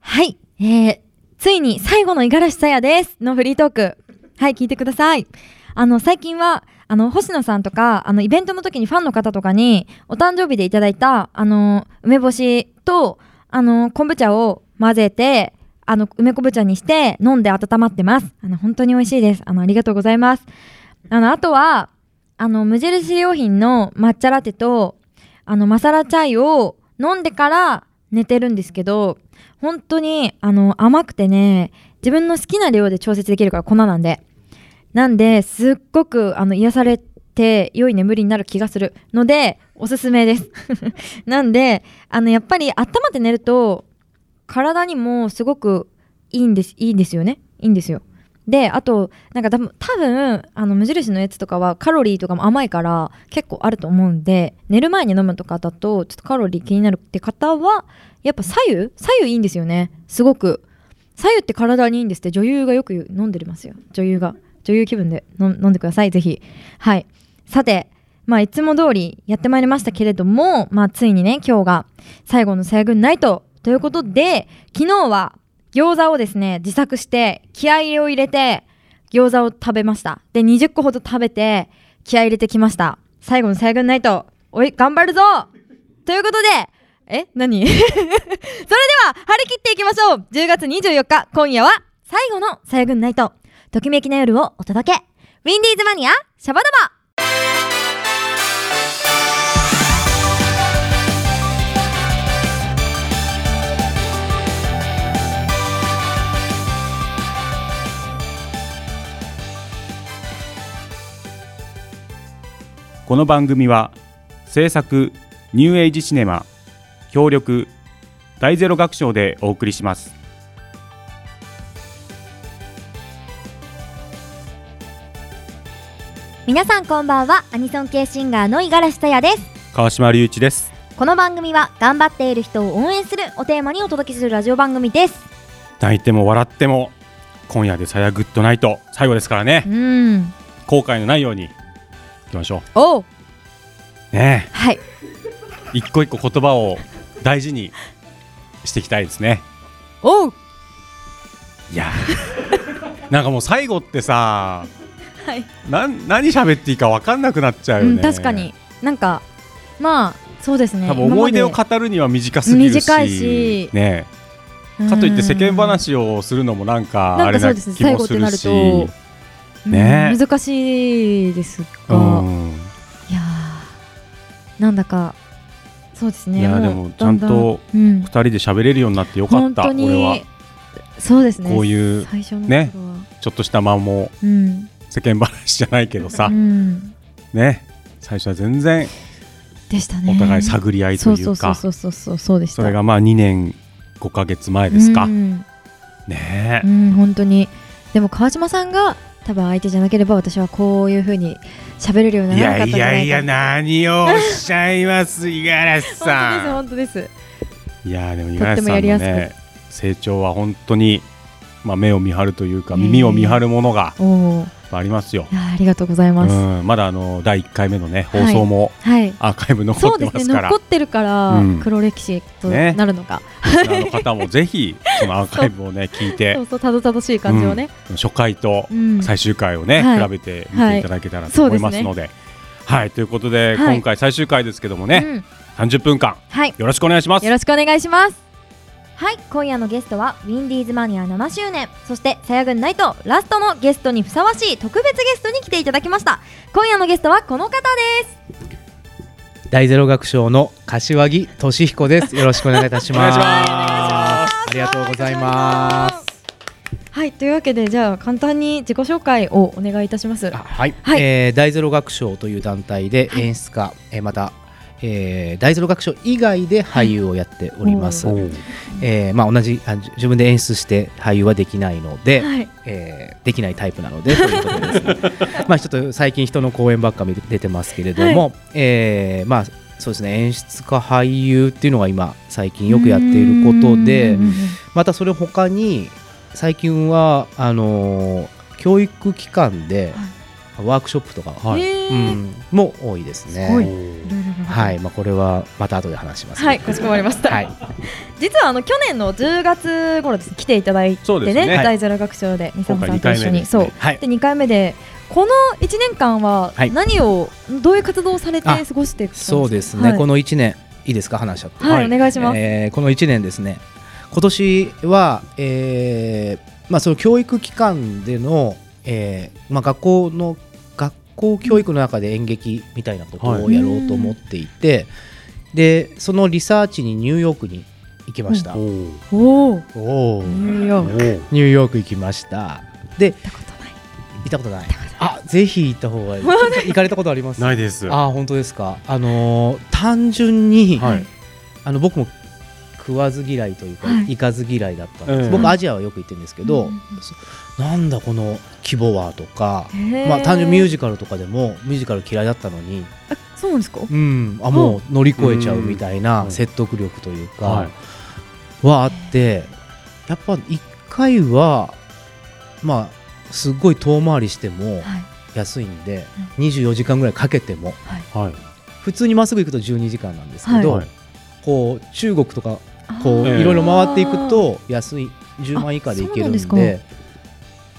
はい。えー、ついに最後の五十嵐さやです。のフリートーク。はい、聞いてください。あの、最近は、あの、星野さんとか、あの、イベントの時にファンの方とかに、お誕生日でいただいた、あの、梅干しと、あの、昆布茶を混ぜて、あの、梅昆布茶にして、飲んで温まってます。あの、本当に美味しいです。あの、ありがとうございます。あの、あとは、あの、無印良品の抹茶ラテと、あの、マサラチャイを飲んでから寝てるんですけど、本当に、あの、甘くてね、自分の好きな量で調節できるから粉なんで。なんで、すっごく、あの、癒されて、良い眠りになる気がするので、おすすめです。 なんで、あの、やっぱり、温まって寝ると、体にもすごくいいんです、いいんですよね。いいんですよ。で、あと、なんか多分、多分あの、無印のやつとかはカロリーとかも甘いから結構あると思うんで、寝る前に飲むとかだと、ちょっとカロリー気になるって方は、やっぱ左右左右いいんですよね。すごく。左右って体にいいんですって、女優がよく言う飲んでますよ。女優が。女優気分で飲ん飲んでください、ぜひ。はい。さて、まあ、いつも通りやってまいりましたけれども、まあ、ついにね、今日が最後の西軍ナイトということで、昨日は餃子をですね、自作して、気合を入れて、餃子を食べました。で、20個ほど食べて、気合入れてきました。最後の西軍ナイト、おい、頑張るぞということで、え何それでは、張り切っていきましょう !10 月24日、今夜は、最後の西軍ナイト、ときめきな夜をお届けウィンディーズマニア、シャバダバこの番組は制作ニューエイジシネマ協力大ゼロ学賞でお送りします皆さんこんばんは、アニソン系シンガーの五十嵐さやです。川島隆一ですこの番組は、頑張っている人を応援するおテーマにお届けするラジオ番組です。泣いても笑っても今夜でさやグッドナイト最後ですからねうん。後悔のないようにいきましょおううねはい。え一個一個言葉を大事にしていきたいですねおういやーなんかもう最後ってさはい。なん何喋っていいか分かんなくなっちゃうようね、ん、確かに。なんか、まあ、そうですね。多分思い出を今ま語るには短すぎるし短いしねえでかといって世間話をするのもなんかなあんれかそうなですね気もするし、最後ってなるうんねうん難しいですうが、ん、いやーなんだかそうですねいやーうでもちゃんとだだうん二人で喋れるようになってよかっ本た当俺はにそうですねこういう最初のね頃はちょっとした間もうん世間話じゃないけどさ、うんね最初は全然でしたねお互い探り合いとそういそううそうかそうそうそうそうでしたそれがまあ2年5か月前ですか、うん、ねうえん、本当にでも川島さんが多分相手じゃなければ私はこういうふうに喋れるようにいならなやかったんいじゃないかやいや何をおっしゃいます五十嵐さん本当です本当ですいやーでも五十とって嵐もさやんりのやすくね成長は本当に、まあ、目を見張るというかえー耳を見張るものがおおやっぱありますよ。いやーありがとうございます、うん、まだあの第1回目のね放はい送もはいアーカイブ残そってうでますねすから、残ってるから、うん黒歴史とねなるのか、リスナーの方もぜひそのアーカイブをね聞いてそうそうたどたどしい感じをね、初回とうん最終回をね、はい比べて見ていただけたらとはい思いますので。はいということで、はい今回最終回ですけどもね、うん30分間はいよろしくお願いします。よろしくお願いしますはい今夜のゲストはウィンディーズマニア7周年そしてさやぐんナイトラストのゲストにふさわしい特別ゲストに来ていただきました今夜のゲストはこの方で大ゼロ学賞の柏木俊彦です。よろしくお願いいたします。お願いしますありがとうございます。すはいというわけでじゃあ簡単に自己紹介をお願いいたしますあはい、はいえー大ゼロ学賞という団体で演出家、えーまた、えー大ゼロ学賞以外で俳優をやっております。おうえーまあ同じあじ自分で演出して俳優はできないので。はいえーできないタイプなのでということでです ねまあちょっと最近人の公演ばっか見て出てますけれども、えーまあそうですね演出家俳優っていうのが今最近よくやっていることでうんうんうんまたそれ他に最近はあのー教育機関でワークショップとか、はいへーうんも多いですね。すごいおういろいろいろるほどはいまあ、これはまた後で話します、はい、かしこまりました。はい実はあの去年の10月頃です来ていただいてそうでね、すね大ゼロ学賞で三沢さんと一緒今回二回目でに、すそねう、はいで2回目で。この1年間ははい何を、どういう活動をされて過あごしてきたんですかそうですね、はい、この1年いいですか話しちゃって、はいお願いします、えーこの1年ですね今年は、えーまあ、その教育機関での、えーまあ、学校の学校教育の中で演劇みたいなことをやろうと思っていて、でそのリサーチにニューヨークに行きました、おーおおおーニューヨーク行っニューヨーク行きましたでたことない行ったことないあぜひ行った方 がいい行かれたことありますないです。あー本当ですかあのー単純に、はいあの僕も食わず嫌いというか、はい行かず嫌いだったんです、うん僕アジアはよく行ってるんですけど、うんうんうんそなんだこの規模はとか、へーまあ、単純ミュージカルとかでもミュージカル嫌いだったのに、あそうなんですかうん、あもう乗り越えちゃうみたいうんな説得力というか、ははあってやっぱ一回はまあすっごい遠回りしてもはい安いんで、24時間ぐらいかけてもいはい普通にまっすぐ行くと12時間なんですけど、はいこう中国とかこうええいろいろ回っていくと安い10万以下でいけるんであそうなんで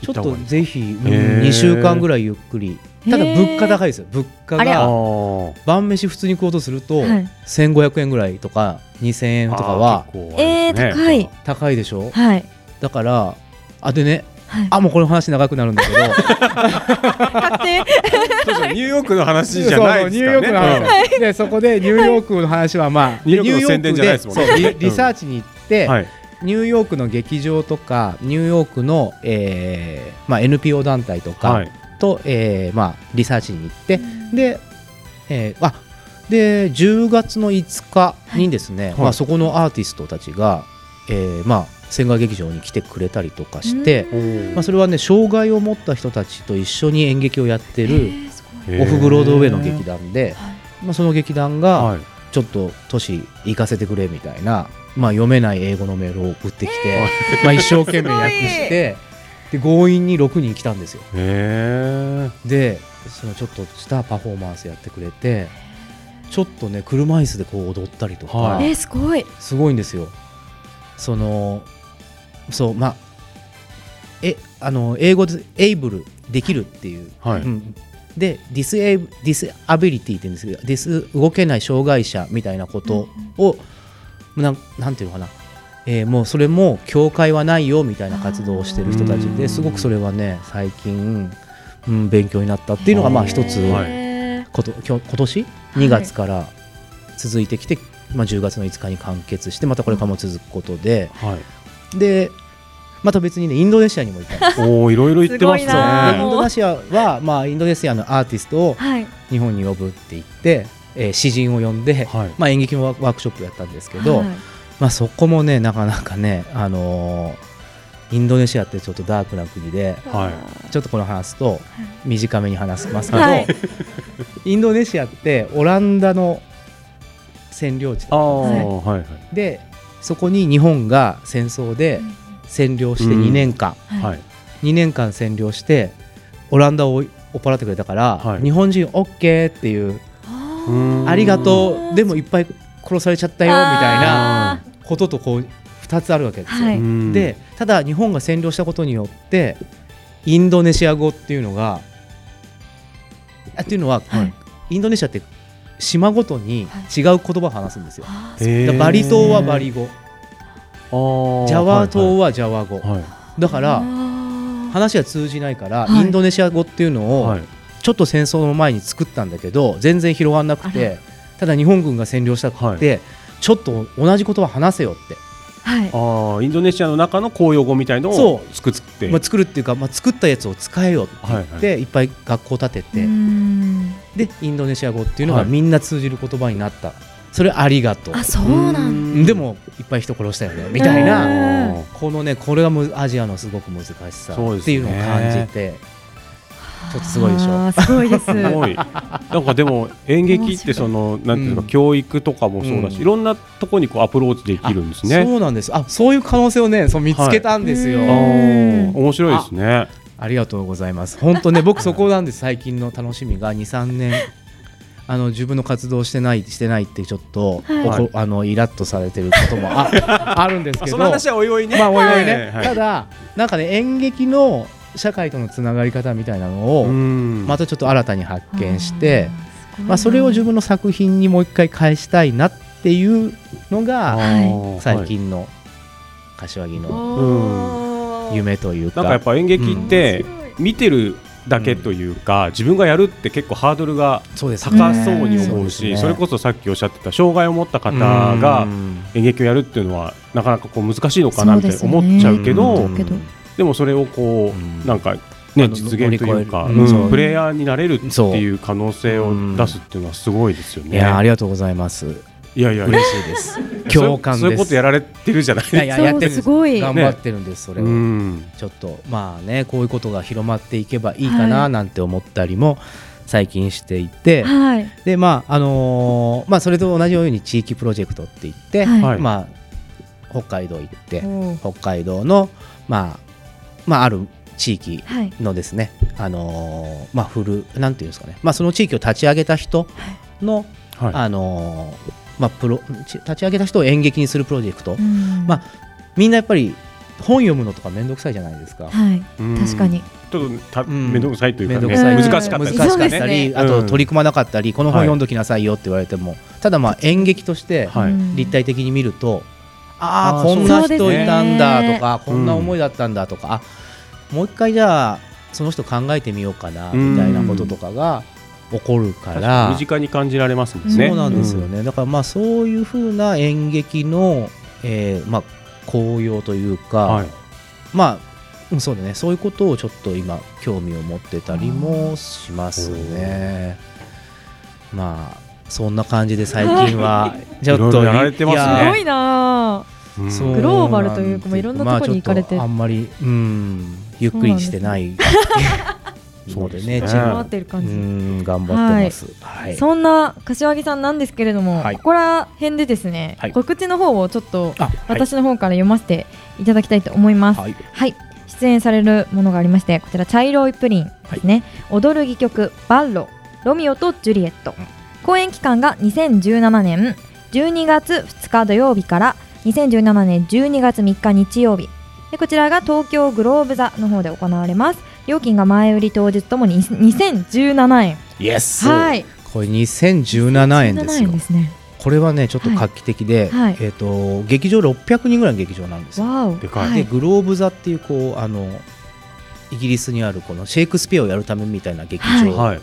ちょっとぜひ、うん、へえ2週間ぐらいゆっくりただ物価高いいですよ物価ありあゃがー晩飯普通に食おうとすると、はい1500円ぐらいとか2000円とかはあー結構あえれー、ですね高い高いでしょはいだからあでねはいあもうこの話長くなるんだけど確定そうそうニューヨークの話そうじゃないですからね。ニューヨークの話、うんで そこでニューヨークの話はまあ、ニューヨークの宣伝じゃないですもんねニューヨーうんクでそうリリサーチに行って、はいニューヨークの劇場とかニューヨークの、えーまあ、NPO 団体とか、はいと、えーまあ、リサーチに行って、で,、えーあで10月の5日にですね、いまあ、そこのアーティストたちが、えーまあ、仙台劇場に来てくれたりとかして、おーまあ、それはね障害を持った人たちと一緒に演劇をやってへるーすごいへーオフブロードウェイの劇団で、はいまあ、その劇団がはいちょっと都市行かせてくれみたいな、まあ、読めない英語のメールを送ってきて、まあ、一生懸命訳してで強引に6人来たんですよ。 へえ。でそのちょっとしたパフォーマンスやってくれてちょっとね車椅子でこう踊ったりとか、はえー、すごいすごいんですよそのそうまあえあの英語で「エイブル」できるっていう、はいうんでディスエイブディスアビリティって言うんですけどディス動けない障害者みたいなことを、なんなんていうのかな、えーもうそれも教会はないよみたいな活動をしてる人たあちーですごくそれはね最近、うん、勉強になったっていうのがまあ一つ、はいへこと今日今年2月から続いてきて、まあ、10月の5日に完結してまたこれからも続くことではい。でまた別にねインドネシアにも行ったんです おおいろいろ言ってますすごいなーインね。ドネシアは、まあ、インドネシアのアーティストをーはい日本に呼ぶって言って、えー詩人を呼んで、はい。まあ、演劇のワワークショップやったんですけど、はいまあ、そこもねなかなかね、あのーインドネシアってちょっとダークな国ではいちょっとこの話すと短めに話しますけど、はいインドネシアってオランダの占領地あだあははいはいでそこに日本が戦争で占領してうん2年間、ははいい。 2年間占領してオランダを追い追っ払ってくれたから、はい日本人 OK っていうあうーんありがとうでもいっぱい殺されちゃったよみたいなあこととこう2つあるわけですよ。はいうんでただ日本が占領したことによってインドネシア語っていうのがあっていうのは、はいインドネシアって島ごとに違う言葉を話すんですよ。ーへーだからバリ島はバリ語、あージャワ島はジャワ語、はいだからあ話は通じないから、はいインドネシア語っていうのはいをちょっと戦争の前に作ったんだけど全然広がらなくあてただ日本軍が占領したって、はちょっと同じ言葉話せよってーはいああインドネシアの中の公用語みたいのそを作ってまあ、作るっていうか、まあ、作ったやつを使えよって言って、はいいっぱい学校建てて、うーんでインドネシア語っていうのがはいみんな通じる言葉になった、それありがとうあそうなんだでもいっぱい人殺したよねみたいへーなあこのねこれがむアジアのすごく難しさそうでっすていねうのを感じて、ちょっとすごいでしょあーすごいですー すごいなんかでも演劇ってそのなんていうかうん教育とかもそうだしうんいろんなとこにこうアプローチできるんですねそうなんですあそういう可能性をねそう見つけたんですよ、はあいあうん面白いですねありがとうございます本当ね僕そこなんです最近の楽しみが23年あの自分の活動してないしてないってちょっと、はいはいおこあのイラッとされてることもああるんですけそどの話はおいおいね。まあおいおいね、はいただなんかね演劇の社会とのつながり方みたいなのを、うんまたちょっと新たに発見して、あーすごいなまあ、それを自分の作品にもう一回返したいなっていうのがは最近の柏木のおー夢というか,、なんかやっぱ演劇って見てるだけというか、自分がやるって結構ハードルがそうですね高そうに思うし、うんそれこそさっきおっしゃってた障害を持った方が演劇をやるっていうのはなかなかこう難しいのかなみたいにそうですね思っちゃうけど、うんけどでもそれをこう、うんなんかあねの実現というか、乗り越えるうんうんプレイヤーになれるってそういう可能性を出すっていうのはすごいですよいね。やありがとうございますいやいや嬉しいです 共感ですそういうそういうことやられてるじゃない。いやいやそうやってるんですすごい頑張ってるんですそれうを、んちょっとまあねこういうことが広まっていけばいいかななんて思ったりも最近していて、はいでまああのーまあそれと同じように地域プロジェクトって言って、はいはいまあ北海道行っておー北海道のまあまあある地域はいのですねあのーまあフルなんていうんですかねまあその地域を立ち上げた人の、はいあのーまあプロち立ち上げた人を演劇にするプロジェクト、うんまみんなやっぱり本読むのとかめんどくさいじゃないですか。はいうん確かにちょっとたうん面倒くさいというめかんどねくさいうん難しかったです難難ししかかっったたり、りあうとん取り組まなかったり、この本読んどきなさいよって言われても、ただまあ演劇としてはいうん立体的に見ると、ああーあこんな人そうですねいたんだとか、こんな思いだったんだとか、あもう一回じゃあその人考えてみようかなみたいなこととかが起こるから、身近に感じられますもんね。そうなんですよね。だからまあそういう風な演劇の、えーまあ紅葉といううん。かはい。、まあ。うんそうだね、そういうことをちょっと今興味を持ってたりもしますね。まあそんな感じで最近は ちょっいろといろやられてますねやすごいなうんそうグローバルというかなんていろんなとこに行かれてまあ、ちょっとあんまりうんゆっくりしてない そのうでですねねあチ頑ーム張はってるう感じん頑張ってますはいそんな柏木さんなんですけれども、はいここら辺でですね、はい告知の方をちょっとあはい私の方から読ませていただきたいと思います。はい、はい出演されるものがありまして、こちら茶色いプリンですね、踊る戯曲バッロ、ロミオとジュリエット。公演期間が2017年12月2日土曜日から2017年12月3日日曜日。でこちらが東京グローブ座の方で行われます。料金が前売り当日ともに2017円。イエスはい。これ2017円です17よですね。これはねちょっと画期的で、はいはいえっ、と劇場600人ぐらいの劇場なんですよわお。でかいはでグローブ座っていうこうあのイギリスにあるこのシェイクスピアをやるためみたいな劇場はい。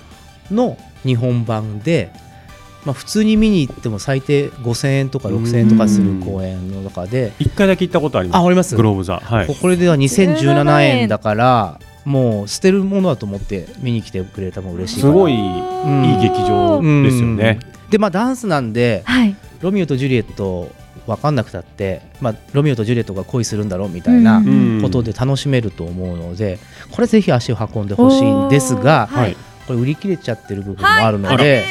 の日本版で、まあ、普通に見に行っても最低5000円とか6000円とかする公演の中で一回だけ行ったことありあま。おりますすグローブ座。はい。これでは2017 17円円だからもう捨てるものだと思って見に来てくれたも嬉しいすごいいいうんいい劇場ですよね。でまあダンスなんではい。ロミオとジュリエットわかんなくたって、まあ、ロミオとジュリエットが恋するんだろうみたいなうんうんことで楽しめると思うので、これぜひ足を運んでほしいんですが、おーはいこれ売り切れちゃってる部分もあるので、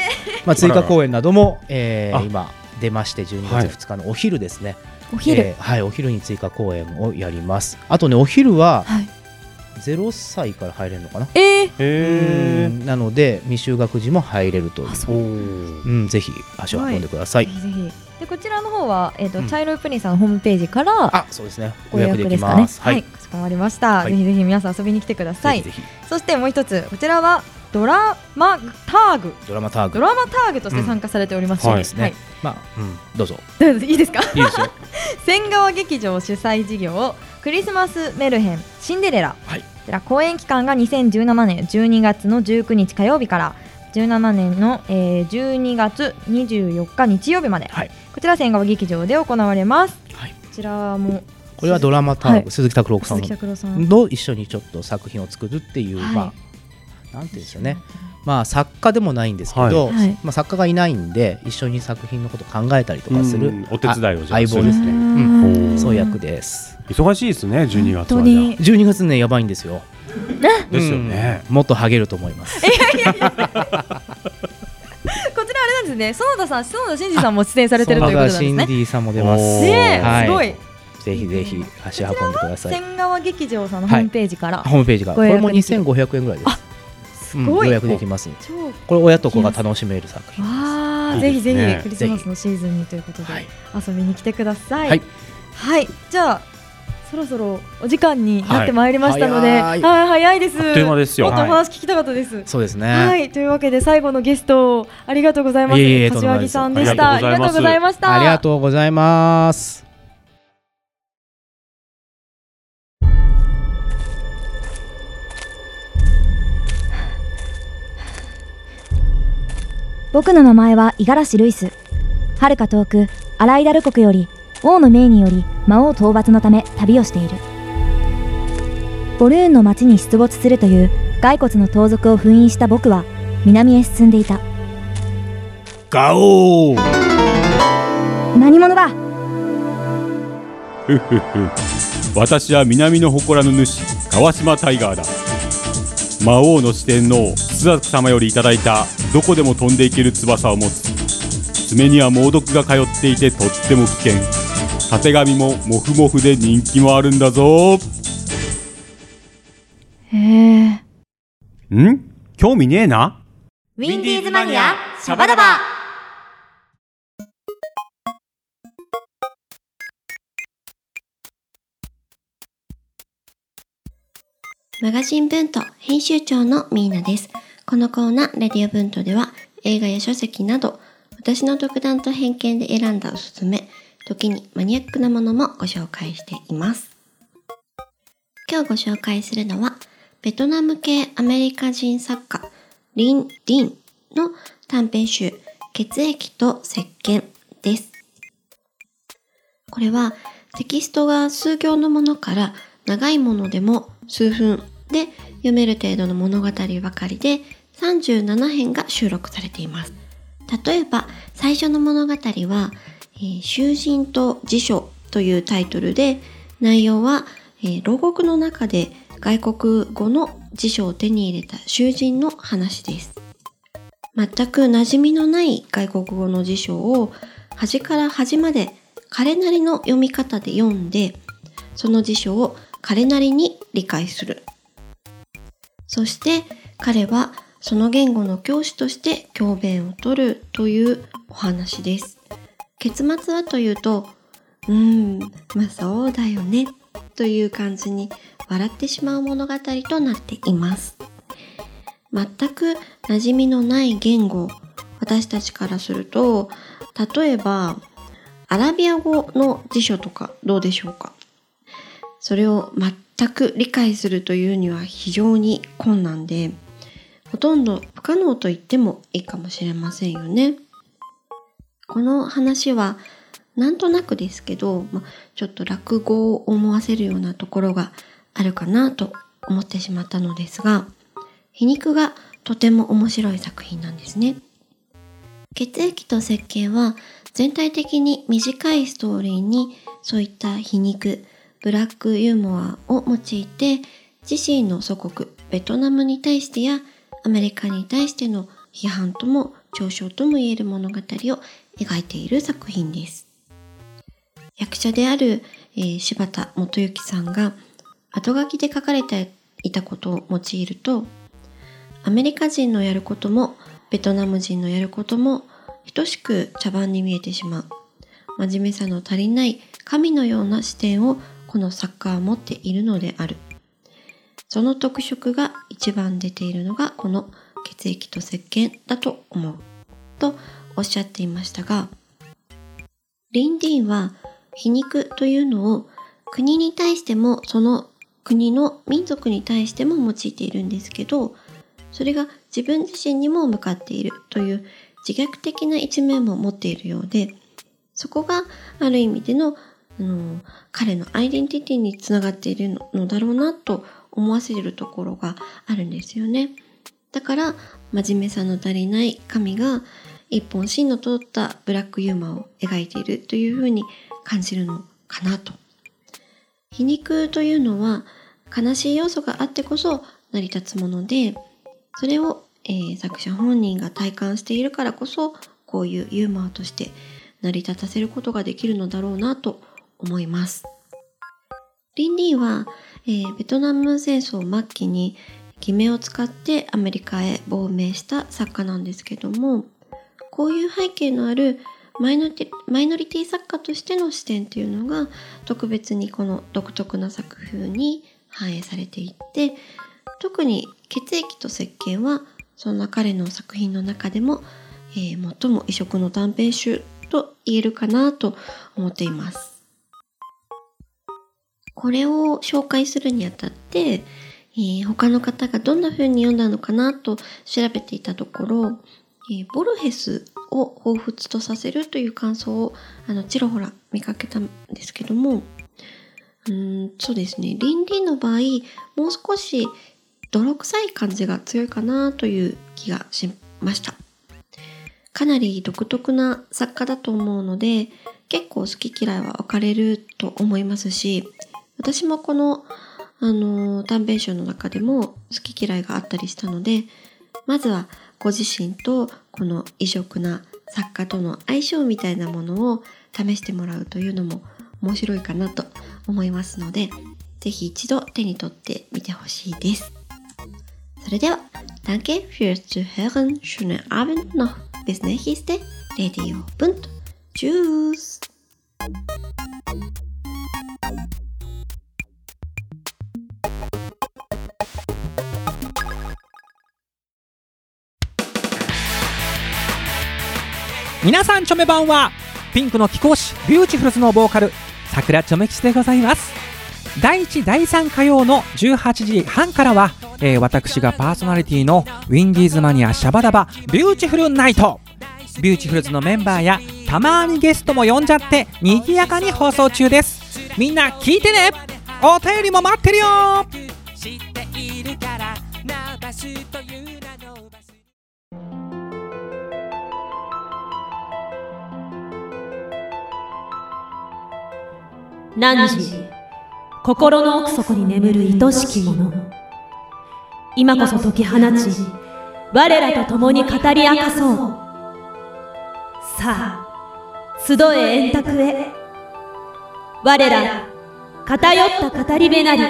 まあ、追加公演なども、えーあ今出まして12はい月2日のお昼ですね、お昼。えーはい、お昼に追加公演をやりますあとねお昼ははい。 0歳から入れるのかな、えー。へうんなので未就学児も入れるというあ、そう。ー。うん、ぜひ足を運んでください、ぜひぜひ。でこちらの方はえっ、うとん茶色いプリンさんのホームページからあそうですねご予約ですかね。はい。かしこまりました。はいぜひぜひ皆さん遊びに来てください。ぜひぜひそしてもう一つこちらはドラマターグ。ドラマタードグラマターグとして参加されております、うんははいいですね、まあ、うん、どうぞどう ぞいいですかいいですよ千川劇場主催事業クリスマスメルヘンシンデレラ、はいこちら公演期間が2017年12月の19日火曜日から17年の、えー、12月24日日曜日まで、はいこちら千川劇場で行われます、はいこちらもこれはドラマターグ、は鈴木拓郎さ鈴ん木拓郎さんの一緒にちょっと作品を作るっていう、はいまあなんていうんですよねまあ作家でもないんですけど、はいはいまあ、作家がいないんで一緒に作品のこと考えたりとかする、うんお手伝いをじゃああ相棒ですね、ううんんそういう役です忙しいですね。12本月当はじゃに12月ねやばいんですよあ。ですよね。うんもっとハゲると思いますこちらあれなんですね園田さん園田真二さんも出演されてるということなんシですンねディさんも出ますおーねえ、はいすごいぜひぜひ足運んでください千川劇場さんのホームページから、ホームページがこご予れ約もできる2500円ぐらいですすごうんい、予約できます超わこれ親と子が楽しめる作品あ、いいぜでひすぜねひクリスマスのシーズンにということで、はい遊びに来てください。はい、はいじゃあそろそろお時間になってまいりましたので、は、はいい早いです。あっという間ですよもっとお話聞きたかったです。はいそうですね、というわけで最後のゲストありがとうございます。いえいえ柏木さんでしとた。んでもないですました。ありがとうございます僕の名前は五十嵐ルイス遥か遠くアライダル国より王の命により魔王討伐のため旅をしているボルーンの町に出没するという骸骨の盗賊を封印した僕は南へ進んでいたガオー何者だふふふ私は南の祠の主川島タイガーだ魔王の四天王須崎様よりいただいたどこでも飛んでいける翼を持つ爪には猛毒が通っていてとっても危険たてがみもモフモフで人気もあるんだぞへえ。ん興味ねえなウィンディーズマニアシャバダバマガジン文と編集長のミーナです。このコーナー、レディオ文とでは映画や書籍など、私の独断と偏見で選んだおすすめ、時にマニアックなものもご紹介しています。今日ご紹介するのは、ベトナム系アメリカ人作家、リン・ディンの短編集、血液と石鹸です。これはテキストが数行のものから長いものでも数分で読める程度の物語ばかりで37編が収録されています。例えば最初の物語は「えー囚人と辞書」というタイトルで内容は、えー牢獄の中で外国語の辞書を手に入れた囚人の話です。全く馴染みのない外国語の辞書を端から端まで彼なりの読み方で読んでその辞書を彼なりに理解するそして彼はその言語の教師として教鞭を取るというお話です結末はというとうーんまあそうだよねという感じに笑ってしまう物語となっています全く馴染みのない言語私たちからすると例えばアラビア語の辞書とかどうでしょうかそれを全く理解するというには非常に困難でほとんど不可能と言ってもいいかもしれませんよねこの話はなんとなくですけど、まあ、ちょっと落語を思わせるようなところがあるかなと思ってしまったのですが皮肉がとても面白い作品なんですね。血液と石鹸は全体的に短いストーリーにそういった皮肉、ブラックユーモアを用いて自身の祖国ベトナムに対してやアメリカに対しての批判とも嘲笑とも言える物語を描いている作品です。役者である、えー柴田元幸さんが後書きで書かれていたことを用いるとアメリカ人のやることもベトナム人のやることも等しく茶番に見えてしまう真面目さの足りない神のような視点をこの作家は持っているのであるその特色が一番出ているのがこの血液と石鹸だと思うとおっしゃっていましたがリンディンは皮肉というのを国に対してもその国の民族に対しても用いているんですけどそれが自分自身にも向かっているという自虐的な一面も持っているようでそこがある意味でのあの彼のアイデンティティにつながっているののだろうなと思わせるところがあるんですよね。だから真面目さの足りない神が一本芯の通ったブラックユーモアを描いているというふうに感じるのかなと。皮肉というのは悲しい要素があってこそ成り立つものでそれを、えー作者本人が体感しているからこそこういうユーモアとして成り立たせることができるのだろうなと思います。リンディは、えーベトナム戦争末期に偽名を使ってアメリカへ亡命した作家なんですけどもこういう背景のあるマイノリティマイノリティ作家としての視点というのが特別にこの独特な作風に反映されていって特に血液と石鹸はそんな彼の作品の中でも、えー最も異色の短編集と言えるかなと思っています。これを紹介するにあたって、えー他の方がどんな風に読んだのかなと調べていたところ、えーボルヘスを彷彿とさせるという感想をあのちらほら見かけたんですけどもうーんそうですね倫理の場合もう少し泥臭い感じが強いかなという気がしましたかなり独特な作家だと思うので結構好き嫌いは分かれると思いますし私もこの、あのー短編集の中でも好き嫌いがあったりしたのでまずはご自身とこの異色な作家との相性みたいなものを試してもらうというのも面白いかなと思いますので、ぜひ一度手に取ってみてほしいです。それでは、Danke fürs Zuhören, schönen Abend noch, bis nächste Radio Bund. Tschüss! 「皆さんチョメ版はピンクの貴公子ビューティフルズのボーカル桜チョメ吉でございます第1第3火曜の18時半からは、えー私がパーソナリティのウィンディーズマニアシャバダバビューティフルナイトビューティフルズのメンバーやたまにゲストも呼んじゃって賑やかに放送中ですみんな聞いてねお便りも待ってるよ知っているからナーバスという名のバス何時心の奥底に眠る愛しきもの今こそ解き放ち我らと共に語り明かそうさあ集え円卓へ我ら偏った語り部なり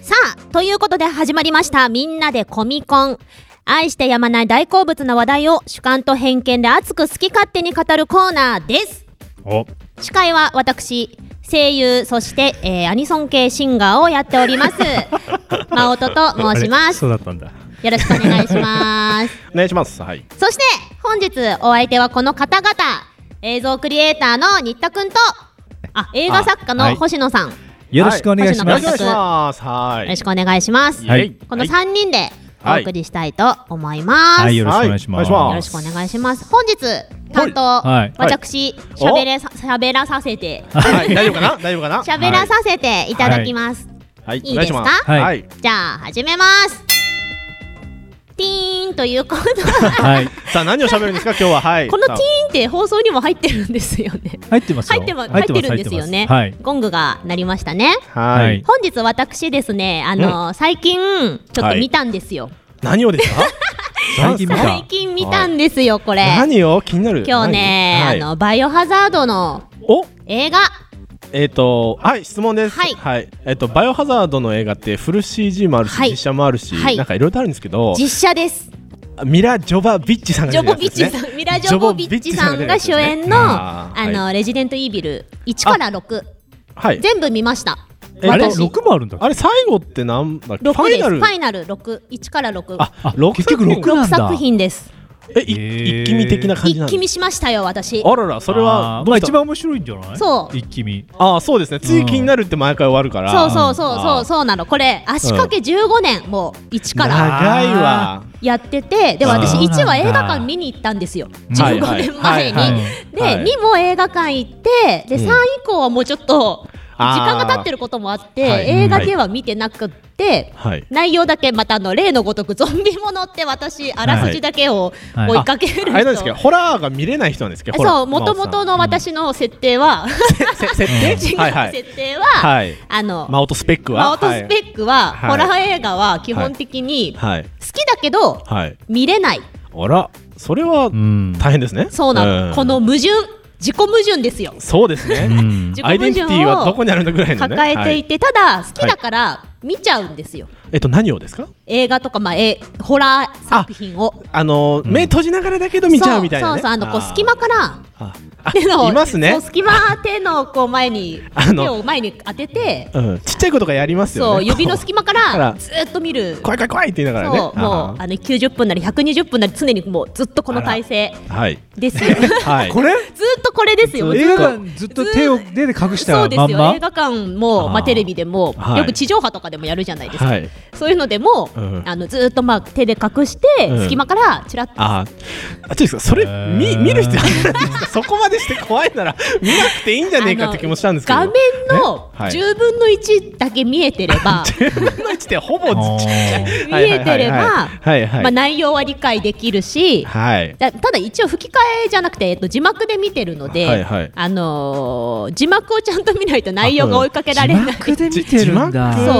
さあ、ということで始まりました。みんなでコミコン。愛してやまない大好物な話題を主観と偏見で熱く好き勝手に語るコーナーです。お司会は私、声優、そして、えーアニソン系シンガーをやっており ます。まおとと申します。そうだったんだ。よろしくお願いします。お願いします。はい。そして、本日お相手はこの方々、映像クリエイターの新田くんと、あ、映画作家あはのい星野さん、よよろしくお願いしおま願い星野すします。はい。ろしくお願いします。はいこの3人でお送りしたいと思います。ははいいよよろろししくくおお願願いいししますまよすろしくお願いします。本日担当、はい私しゃべれさしゃべらさせてはい。大丈夫かな大丈夫かなしゃべらさせていただきます。はい。いお願いしま。ですすかはいはい。じゃあ始めます。ティーンということははいさあ、何を喋るんですか今日は。はい。このティさーンって放送にも入ってるんですよね。入ってますよ入ってま入ってるんですよね。はいゴングが鳴りましたね。あははいい。本日私ですね、あの、最近ちょっと見たんですよ。何をですか最近見た最近見たんですよ、これ。何を気になる。今日ね、何はいあのバイオハザードのお映画えっと、はい、質問です。はいはい。えっと、バイオハザードの映画ってフル CG もあるしは、い実写もあるしは、いなんかいろいろとあるんですけど、実写です。ミラ・ジョバビッチさんがジ出ョてボるやつビでッチすねさん、ミラ・ジョボビッチさんが主演の、ああーの、レジデントイービル1から6、はい。全部見ました。えあれ私六もあるんだあれ、最後ってなんだっけフ6ァイです。ナフル。ァイナル6、1から6。あ、あ六結局六作な6んだ作品です。え、いへー一気見的な感じな一気んです見しましたよ、私。あらら、それはあーどまあうした、一番面白いんじゃないそう一気見あーそうですね、次気になるって毎回終わるから、そうそうそうそあうそうなのこれ足掛け15年もう1から長いわ、やっててでも私あー1は映画館見に行ったんですよはい15年前にはいはいではい2も映画館行ってで3以降はもうちょっと時間が経ってるることもあって、はい映画では見てなくって、して、はい内容だけまたあの例のごとくゾンビものって私あらすじだけをはい追いかける人、あれなんですけどホラーが見れない人なんですけどホラーそう元々の私の設定は、せ 設定違うはいはい設定は、はいあのマオトスペックはマオトスペックは、はいホラー映画は基本的に好はいきだけどはい見れないあらそれは大変ですねそうなの、んこの矛盾自己矛盾ですよそうですね自己ア矛イデンテ盾ィティはどこにあるんだぐらいのね抱えていはて、ただ好きだから見ちゃうんですよ、えっと何をですか映画とか、まあ、えホラー作品をあの目閉じながらだけど見ちゃうみたいなそうねそうそうあのこうー隙間からあ手のいますねそう隙間手のこう前に あの手を前に当ててうんちっちゃい子とかやりますよそねう指の隙間かあららずーっと見る怖い怖い怖いって言いながらねそうもうあの90分なり120分なり常にもうずっとこの体勢はいですよ はいこれずっとこれですよ映画ずっと館ずっと手を手で隠しそたうですまよ、んま映画館もまあ、あーテレビでも、はいよく地上波とかでもやるじゃないですか、はいそういうのでも、うんあのずーっと、まあ、手で隠して、うん隙間からちらっとああちょっとそれ見見る必要あるんですかそこまでして怖いなら見なくていいんじゃねえかって気もしたんですけど画面のはい10分の1だけ見えてれ ば、の位置でほぼちっちゃい見えてればはいはいまあ、はい内容は理解できるし、はいだただ一応吹き替えじゃなくて、えっと、字幕で見てるので、はいはいあのー字幕をちゃんと見ないと内容が追いかけられない、字幕で見てるんだそまあ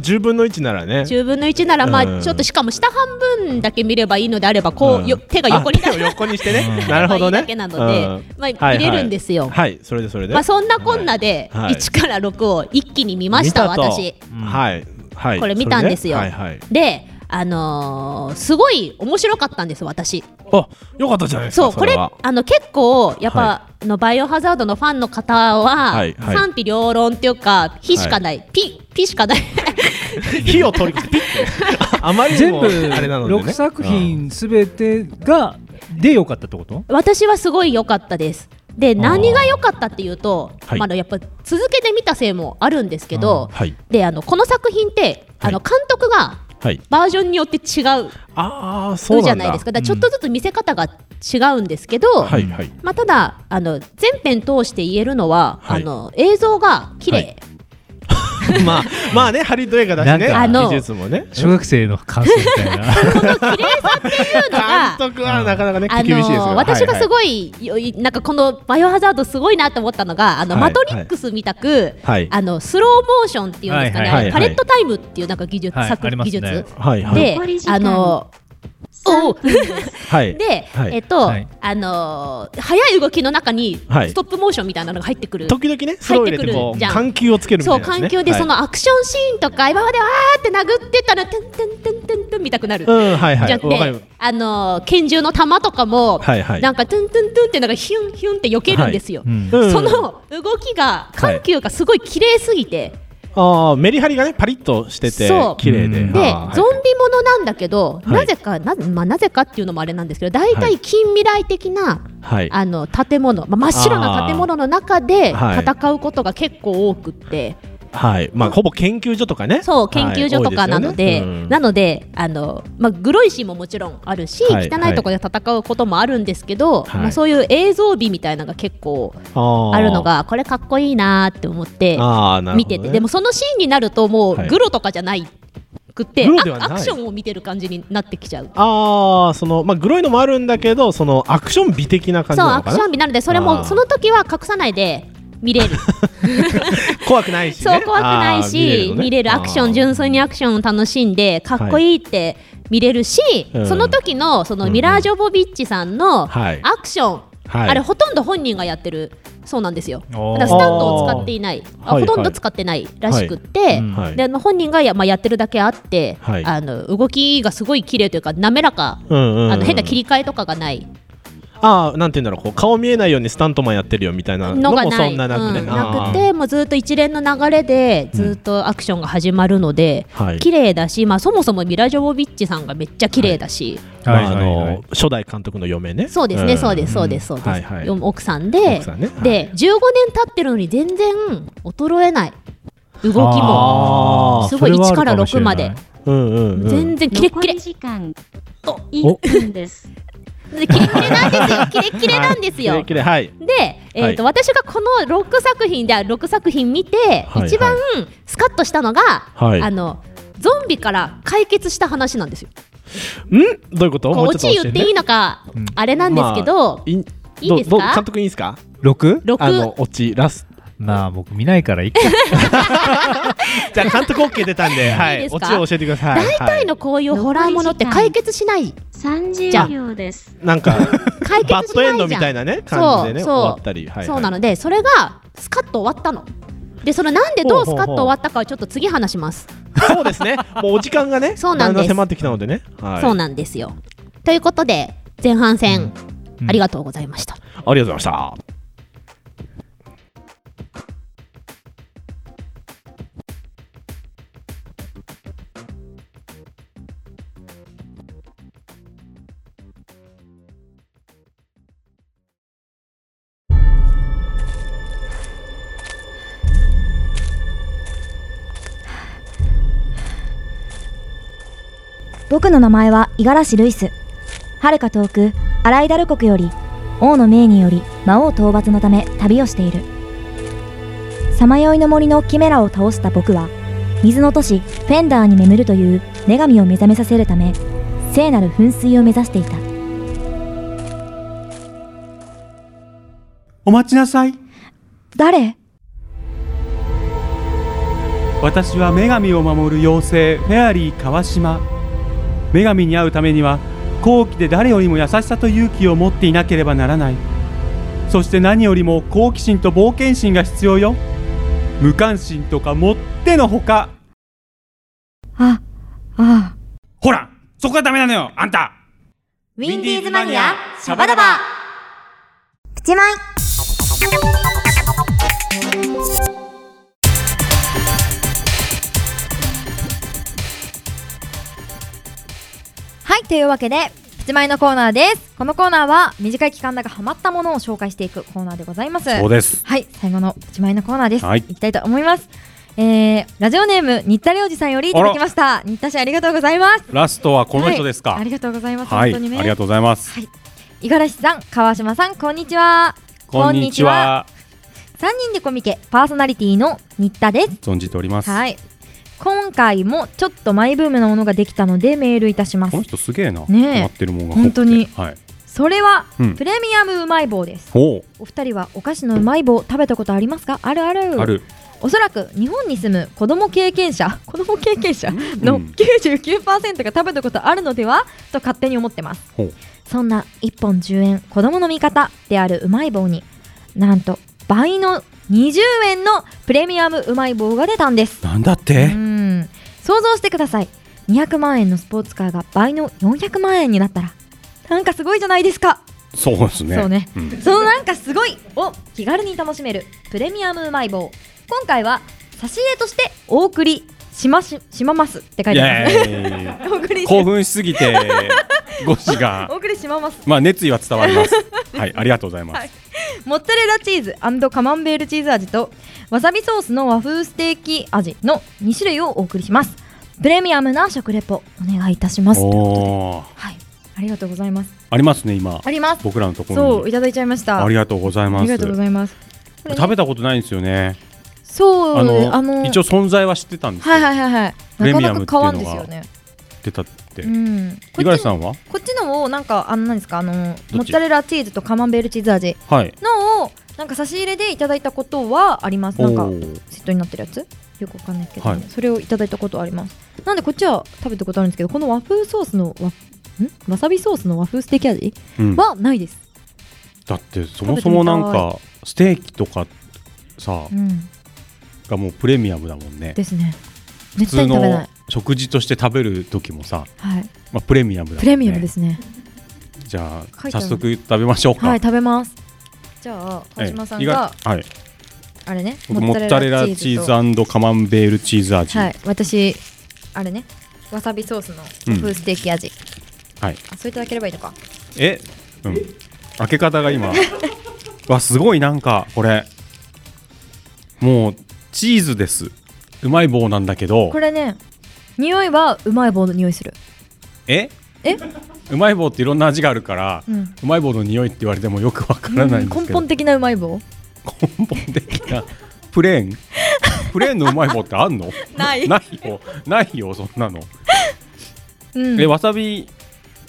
10分の1ならね10分の1なら、まうあ、んちょっとしかも下半分だけ見ればいいのであればこう、うんよ手が横になる横にしてねなるほどねいいだけなのでうんまあはいはい見れるんですよはいそれでそれでまあ、そんなこんなではいはい1から6を一気に見ました、見と私。はいはいこれ見たんですよ。それねはいはいで、あのーすごい面白かったんです私。あよかったじゃないですそかうこれはあの結構やっぱ、はあのバイオハザードのファンの方は、はいはい賛否両論っていうか非しかない、 ピピしかない 火を取りピッてあまりに全も部あれなのでね6作品すべてがで良かったってこと私はすごい良かったです。でー何が良かったっていうと、はいまああのやっぱ続けて見たせいもあるんですけど、はいであのこの作品って、あの監督がはいバージョンによって違うああそうじなゃんだないですかだからちょっとずつ見せ方が違うんですけど、はいはいまあ、ただあの全編通して言えるのは、はいあの映像が綺麗、まあまあねハリウッド映画だしねなんか技術もね小学生の感想み たいな監督はなかなかねあ厳しいですよの私がすいごい、よいなんかこの「バイオハザード」すごいなと思ったのが「あのはいマトリックス」みたく、はいあのスローモーションっていうんですかね、はいはいはいパレットタイムっていうなんか技術、はい作あります技ね術、はいはいで残り時間あのお うはいで、はいえっと、はいあのー速い動きの中にはいストップモーションみたいなのが入ってくる、時々ねスロ入ーって入れくてるこうじゃん緩急をつけるみたそいうなね環境ではいそのアクションシーンとか、今までわーって殴ってたらてんてんてんてんてんみたくなる、うんはいはいじゃってわかるあのー拳銃の弾とかも、はいはいなんかトゥントゥントゥンってなんかヒュンヒュンって避けるんですよ、はいうんその動きが緩急がすごい綺麗すぎて、ああメリハリがねパリッとしててそう綺麗でで、あーゾンビものなんだけど、はいなぜかな,、まあ、なぜかっていうのもあれなんですけど大は体い近未来的な、はいあの建物、まあ、真っ白な建物の中であーはい戦うことが結構多くって、はいまあほぼ研究所とかねそう研究所とかなので,、はい多いすよねうんなのであの、まあ、グロいシーンももちろんあるし、はい汚いところで戦うこともあるんですけど、はいまあ、そういう映像美みたいなのが結構あーあるのがこれかっこいいなーって思ってあーなるほどね見てて、でもそのシーンになるともうはいグロとかじゃないくって、グロではないアアクションを見てる感じになってきちゃう。ああそのまあグロいのもあるんだけどそのアクション美的な感じそうなアのクかなション美なのでそれあもーその時は隠さないで見れる怖くないしねそう怖くないしあー見れるアクション純粋にアクションを楽しんでかっこいいって見れるし、うんその時のそのミラージョボビッチさんのアはいクション、はいあれほとんど本人がやってるそうなんですよだおーからスタントを使っていないあはいほとんど使ってないらしくって、はいうんはいであの本人がや,、まあ、やってるだけあって、はいあの動きがすごい綺麗というか滑らか、うんうんうんあの変な切り替えとかがないああなんて言うんだろうこう顔見えないようにスタントマンやってるよみたいなののがもなそいんななくね、うんあーなくてもうずっと一連の流れでずっとアクションが始まるので、はい綺麗だし、まあ、そもそもミラ・ジョボビッチさんがめっちゃ綺麗だし、まああの初代監督の嫁ねそうですね、んそうですそうですそうです、はいはい奥さんで奥さんねはいで15年経ってるのに全然衰えない動きあもーすごいそれは1あるからかもし6れなまいでうんうん、うん、全然キレッキレ時間おですキレッキレなん ですよキレッキレなんですよはいキレッキレはいで、えーとは私がこの6作品で6作品見て、はい一番スカッとしたのが、はいあのゾンビから解決した話なんですよ。んどういうことこもううオちチょっと言っていいのか、あれなんですけまあど、いいいいですかどど監督いいですか六六あのオチラスまあ僕見ないからいいか じゃあ監督 OK 出たんで、はいいですオかチを教えてください大は体のこういうホラーものって解決しない。30秒です。いなんか解バ決しッないじドゃんエンドみたいなね感じでそうね終そうわったりはいそうなのでそれがスカッと終わったのでそのなんでどうスカッと終わったかはちょっと次話しますそうですねもうお時間がねそうなんですだんだん迫ってきたのでねはいそうなんですよということで前半戦、ありがとうございましたありがとうございました僕の名前は五十嵐ルイス。遥か遠く、荒井ダル国より、王の命により魔王討伐のため旅をしている。さまよいの森のキメラを倒した僕は、水の都市フェンダーに眠るという女神を目覚めさせるため、聖なる噴水を目指していた。お待ちなさい誰私は女神を守る妖精フェアリー川島女神に会うためには高貴で誰よりも優しさと勇気を持っていなければならないそして何よりも好奇心と冒険心が必要よ無関心とかもってのほかあ、ああ。ほらそこがダメなのよあんたウィンディーズマニア、シャバダバプチマイはい、というわけで、プチマイのコーナーです。このコーナーは、短い期間だがハマったものを紹介していくコーナーでございます。そうですはい、最後のプチマイのコーナーです。はいい、きたいと思います。えー、ラジオネーム、新田良二さんよりいただきました。新田氏ありがとうございます。ラストはこの人はいですか、ありがとうございます。はい本当にね。ありがとうございます、五十嵐さん、川島さん、こんにちは。こんにちは三人でコミケパーソナリティの新田です。存じております、はい。今回もちょっとマイブームなものができたのでメールいたしますこの。人すげえなねえハマってるもんが多くて本当にはいそれは、うんプレミアムうまい棒です。ほお二人はお菓子のうまい棒食べたことありますか？あるあうる。あるおそらく日本に住む子ども経験者子ども経験者のうん99%が食べたことあるのではと勝手に思ってます。ほうそんな1本10円子供の味方であるうまい棒になんと倍の20円のプレミアムうまい棒が出たんですなんだってうん想像してください200万円のスポーツカーが倍の400万円になったらなんかすごいじゃないですかそうですねそうね、んそのなんかすごいを気軽に楽しめるプレミアムうまい棒今回は挿絵としてお送りしまししまますって書いてあいやいやいりやまいす お送りし興奮しすぎ てゴチがお送りしまますまあ熱意は伝わり ますはいありがとうございます、はいモッツァレラチーズカマンベールチーズ味とわさびソースの和風ステーキ味の2種類をお送りしますプレミアムな食レポお願いいたしますおーありがとうございますありますね今あります僕らのとこそろういにただいちゃいましたありがとうございますありがとうございますこれね食べたことないんですよねそうあのあの一応存在は知ってたんですはいはいはいはいプレミアなかムっなてか買わいんうのですよがね出たってうん五十嵐さんはこっちのをなんかあの何ですかあのちモッツァレラチーズとカマンベールチーズ味はいのをなんか差し入れでいただいたことはありますなんかおーセットになってるやつよくわかんないけど、はいそれをいただいたことありますなんでこっちは食べたことあるんですけどこの和風ソースのわんわさびソースの和風ステーキ味、うんはないですだってそもそもなんかステーキとかさ、うんがもうプレミアムだもんねですね普絶対通に食べなのい食事として食べる時もさ、はいまあ、プレミアムだもんねプレミアムですねじゃあ書いてあ早る速食べましょうか、はい食べますじゃあええ川島さん意が外、はい、あれね僕モッツァレラチとーズカマンベールチーズ味、はい、私あれねわさびソースの和風ステーキ味、はい、あそういただければいいのかえ、うん、開け方が 今わすごいなんかこれもうチーズですうまい棒なんだけどこれね匂いはうまい棒の匂いするええうまい棒っていろんな味があるから、ううんまい棒の匂いって言われてもよくわからないんです根けど、本的なうまい棒根本的なプレーンプレーンのうまい棒ってあんの な いないよないよそんなの、うんえわさび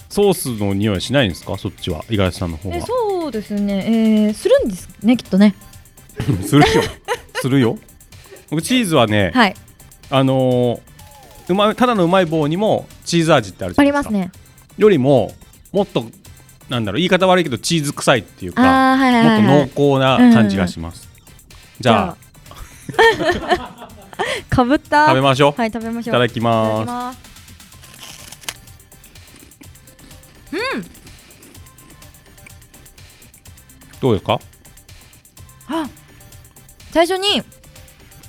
ソースの匂いしないんですかそっちは五十嵐さんの方えはそうですね、えー、するんですねきっとね するよするよ僕チーズはね、はいあのーうまいただのうまい棒にもチーズ味ってあるじあゃなりいでますすかねよりももっとなんだろう言い方悪いけどチーズ臭いっていうか、あーはいはいはいはいもっと濃厚な感じがします、じゃあかぶった食べましょうはい食べましいょうただきますいただきますうんどうですかあ最初に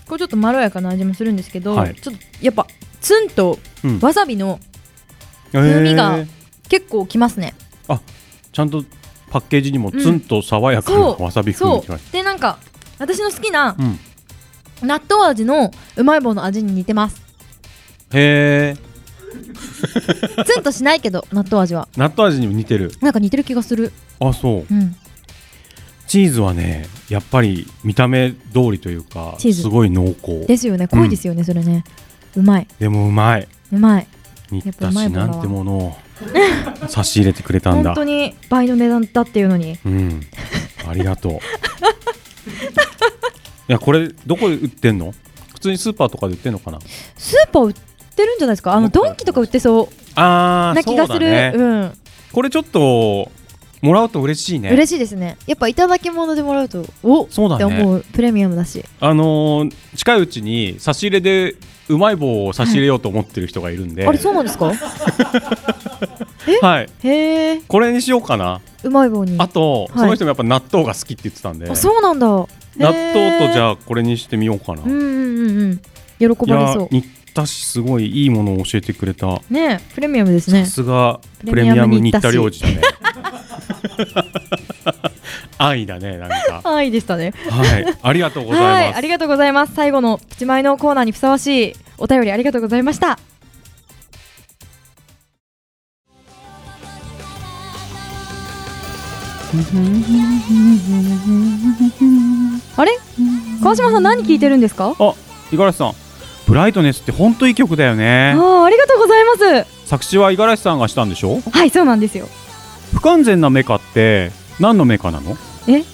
これちょっとまろやかな味もするんですけど、はいちょっとやっぱツンとうんわさびの風味えがー結構きますね、ちゃんとパッケージにもツンと爽やかなそうわさび風味がきましそうでなんか私の好きなた、うん、納豆味のうまい棒の味に似 てますへえツンとしないけど納豆味は納豆味にも似てるなんか似てる気がするあそう、うんチーズはねやっぱり見た目通りというかチーズすごい濃厚ですよね濃いですよね、それねうまいうんでもうまいう まい新やっぱ田うまい市ものはなんてものを差し入れてくれたんだ本当に倍の値段だっていうのにうんありがとう いやこれどこで売ってんの普通にスーパーとかで売ってんのかなスーパー売ってるんじゃないですかあのドンキとか売ってそうあーな気がするそうだねうんこれちょっともらうと嬉しいね嬉しいですねやっぱいただき物でもらうとおそうだねって思うプレミアムだしあのー近いうちに差し入れでうまい棒を差し入れようと思ってる人がいるんで、あれそうなんですかはいへえこれにしようかなうまい棒にあと、はいその人もやっぱ納豆が好きって言ってたんであそうなんだ納豆とじゃああこれにしてみようかな、うんうんうんうん喜いばれやそ新田市すごいいいものを教えてくれたうねえプレミアムですねさすがプレミアム新田良次だね愛だねなんかあいいでしたねはいありがとうございます、はいありがとうございます最後のプチマイのコーナーにふさわしいお便りありがとうござい ましたあれ川島さん何聞いてるんですかあ五十嵐さんブライトネスって本当いい曲だよねあーありがとうございます作詞は五十嵐さんがしたんでしょはいそうなんですよ不完全なメカって何のメカなのいえ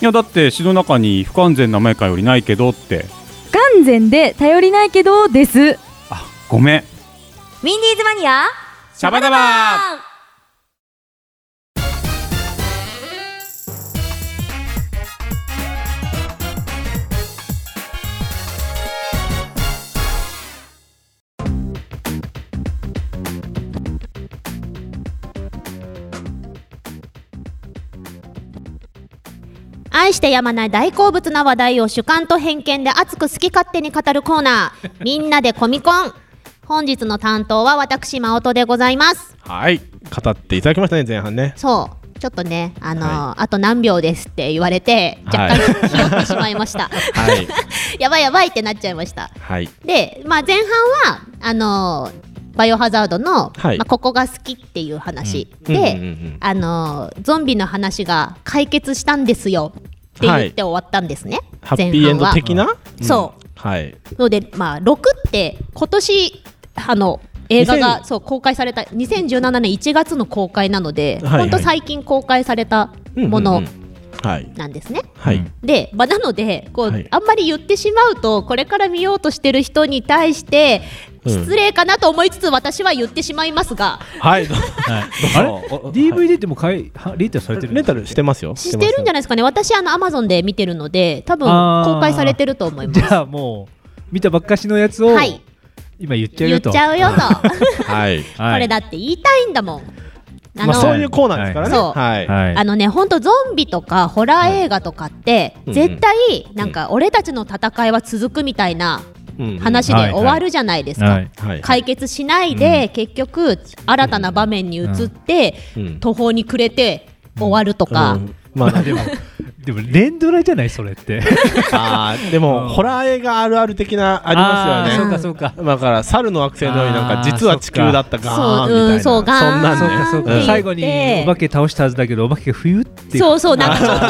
やだって詩の中に不完全なメカよりないけどって完全で頼りないけ どですごめんウィンディーズマニアシャバダバ愛してやまない大好物な話題を主観と偏見で熱く好き勝手に語るコーナ ー「みんなでコミコン」本日の担当は私真音でございますはい語っていただきましたね前半ねそうちょっとねあのーあと何秒ですって言われ てはいひよってしまいましたはいやばいやばいってなっちゃいましたはいで、まあ、前半はあのーバイオハザードの、はいまあ、ここが好きっていう話、うんで、うんうんうんあのーゾンビの話が解決したんですよって言って終わったんですね、ハッピーエンド的な、うんそうはいので、まあ、6って今年あの映画が2000そう公開された2017年1月の公開なので、はいはいほんと最近公開されたもうのんうんうんはいなんですね。はいで、まあ、なのでこう、はいあんまり言ってしまうとこれから見ようとしてる人に対してうん失礼かなと思いつつ私は言ってしまいますが、はいあれ DVD でも買いはレンタルされてるレンタルしてますよしてるんじゃないですかね私あのアマゾンで見てるので多分あー公開されてると思いますじ。ゃあもう見たばっかしのやつをはい今言っちゃう言よっとちゃうよと、はいこれだって言いたいんだもん。あのコーナーですからねそうはいあのね、本当ゾンビとかホラー映画とかって、うん絶対なんか俺たちの戦いは続くみたいな話で終わるじゃないですか。はい解決しないで、結局新たな場面に移って、うん途方に暮れて終わるとか、うんまあでもでも連ドラじゃないそれって あーでも、ホラー映画あるある的なありますよねあーそうかそうかだから猿の惑星のようになんか実は地球だったガーンみたいなそううんそうガーンんなんねそうかそうか最後にお化け倒したはずだけどお化けが冬ってそうそうなんかちょっと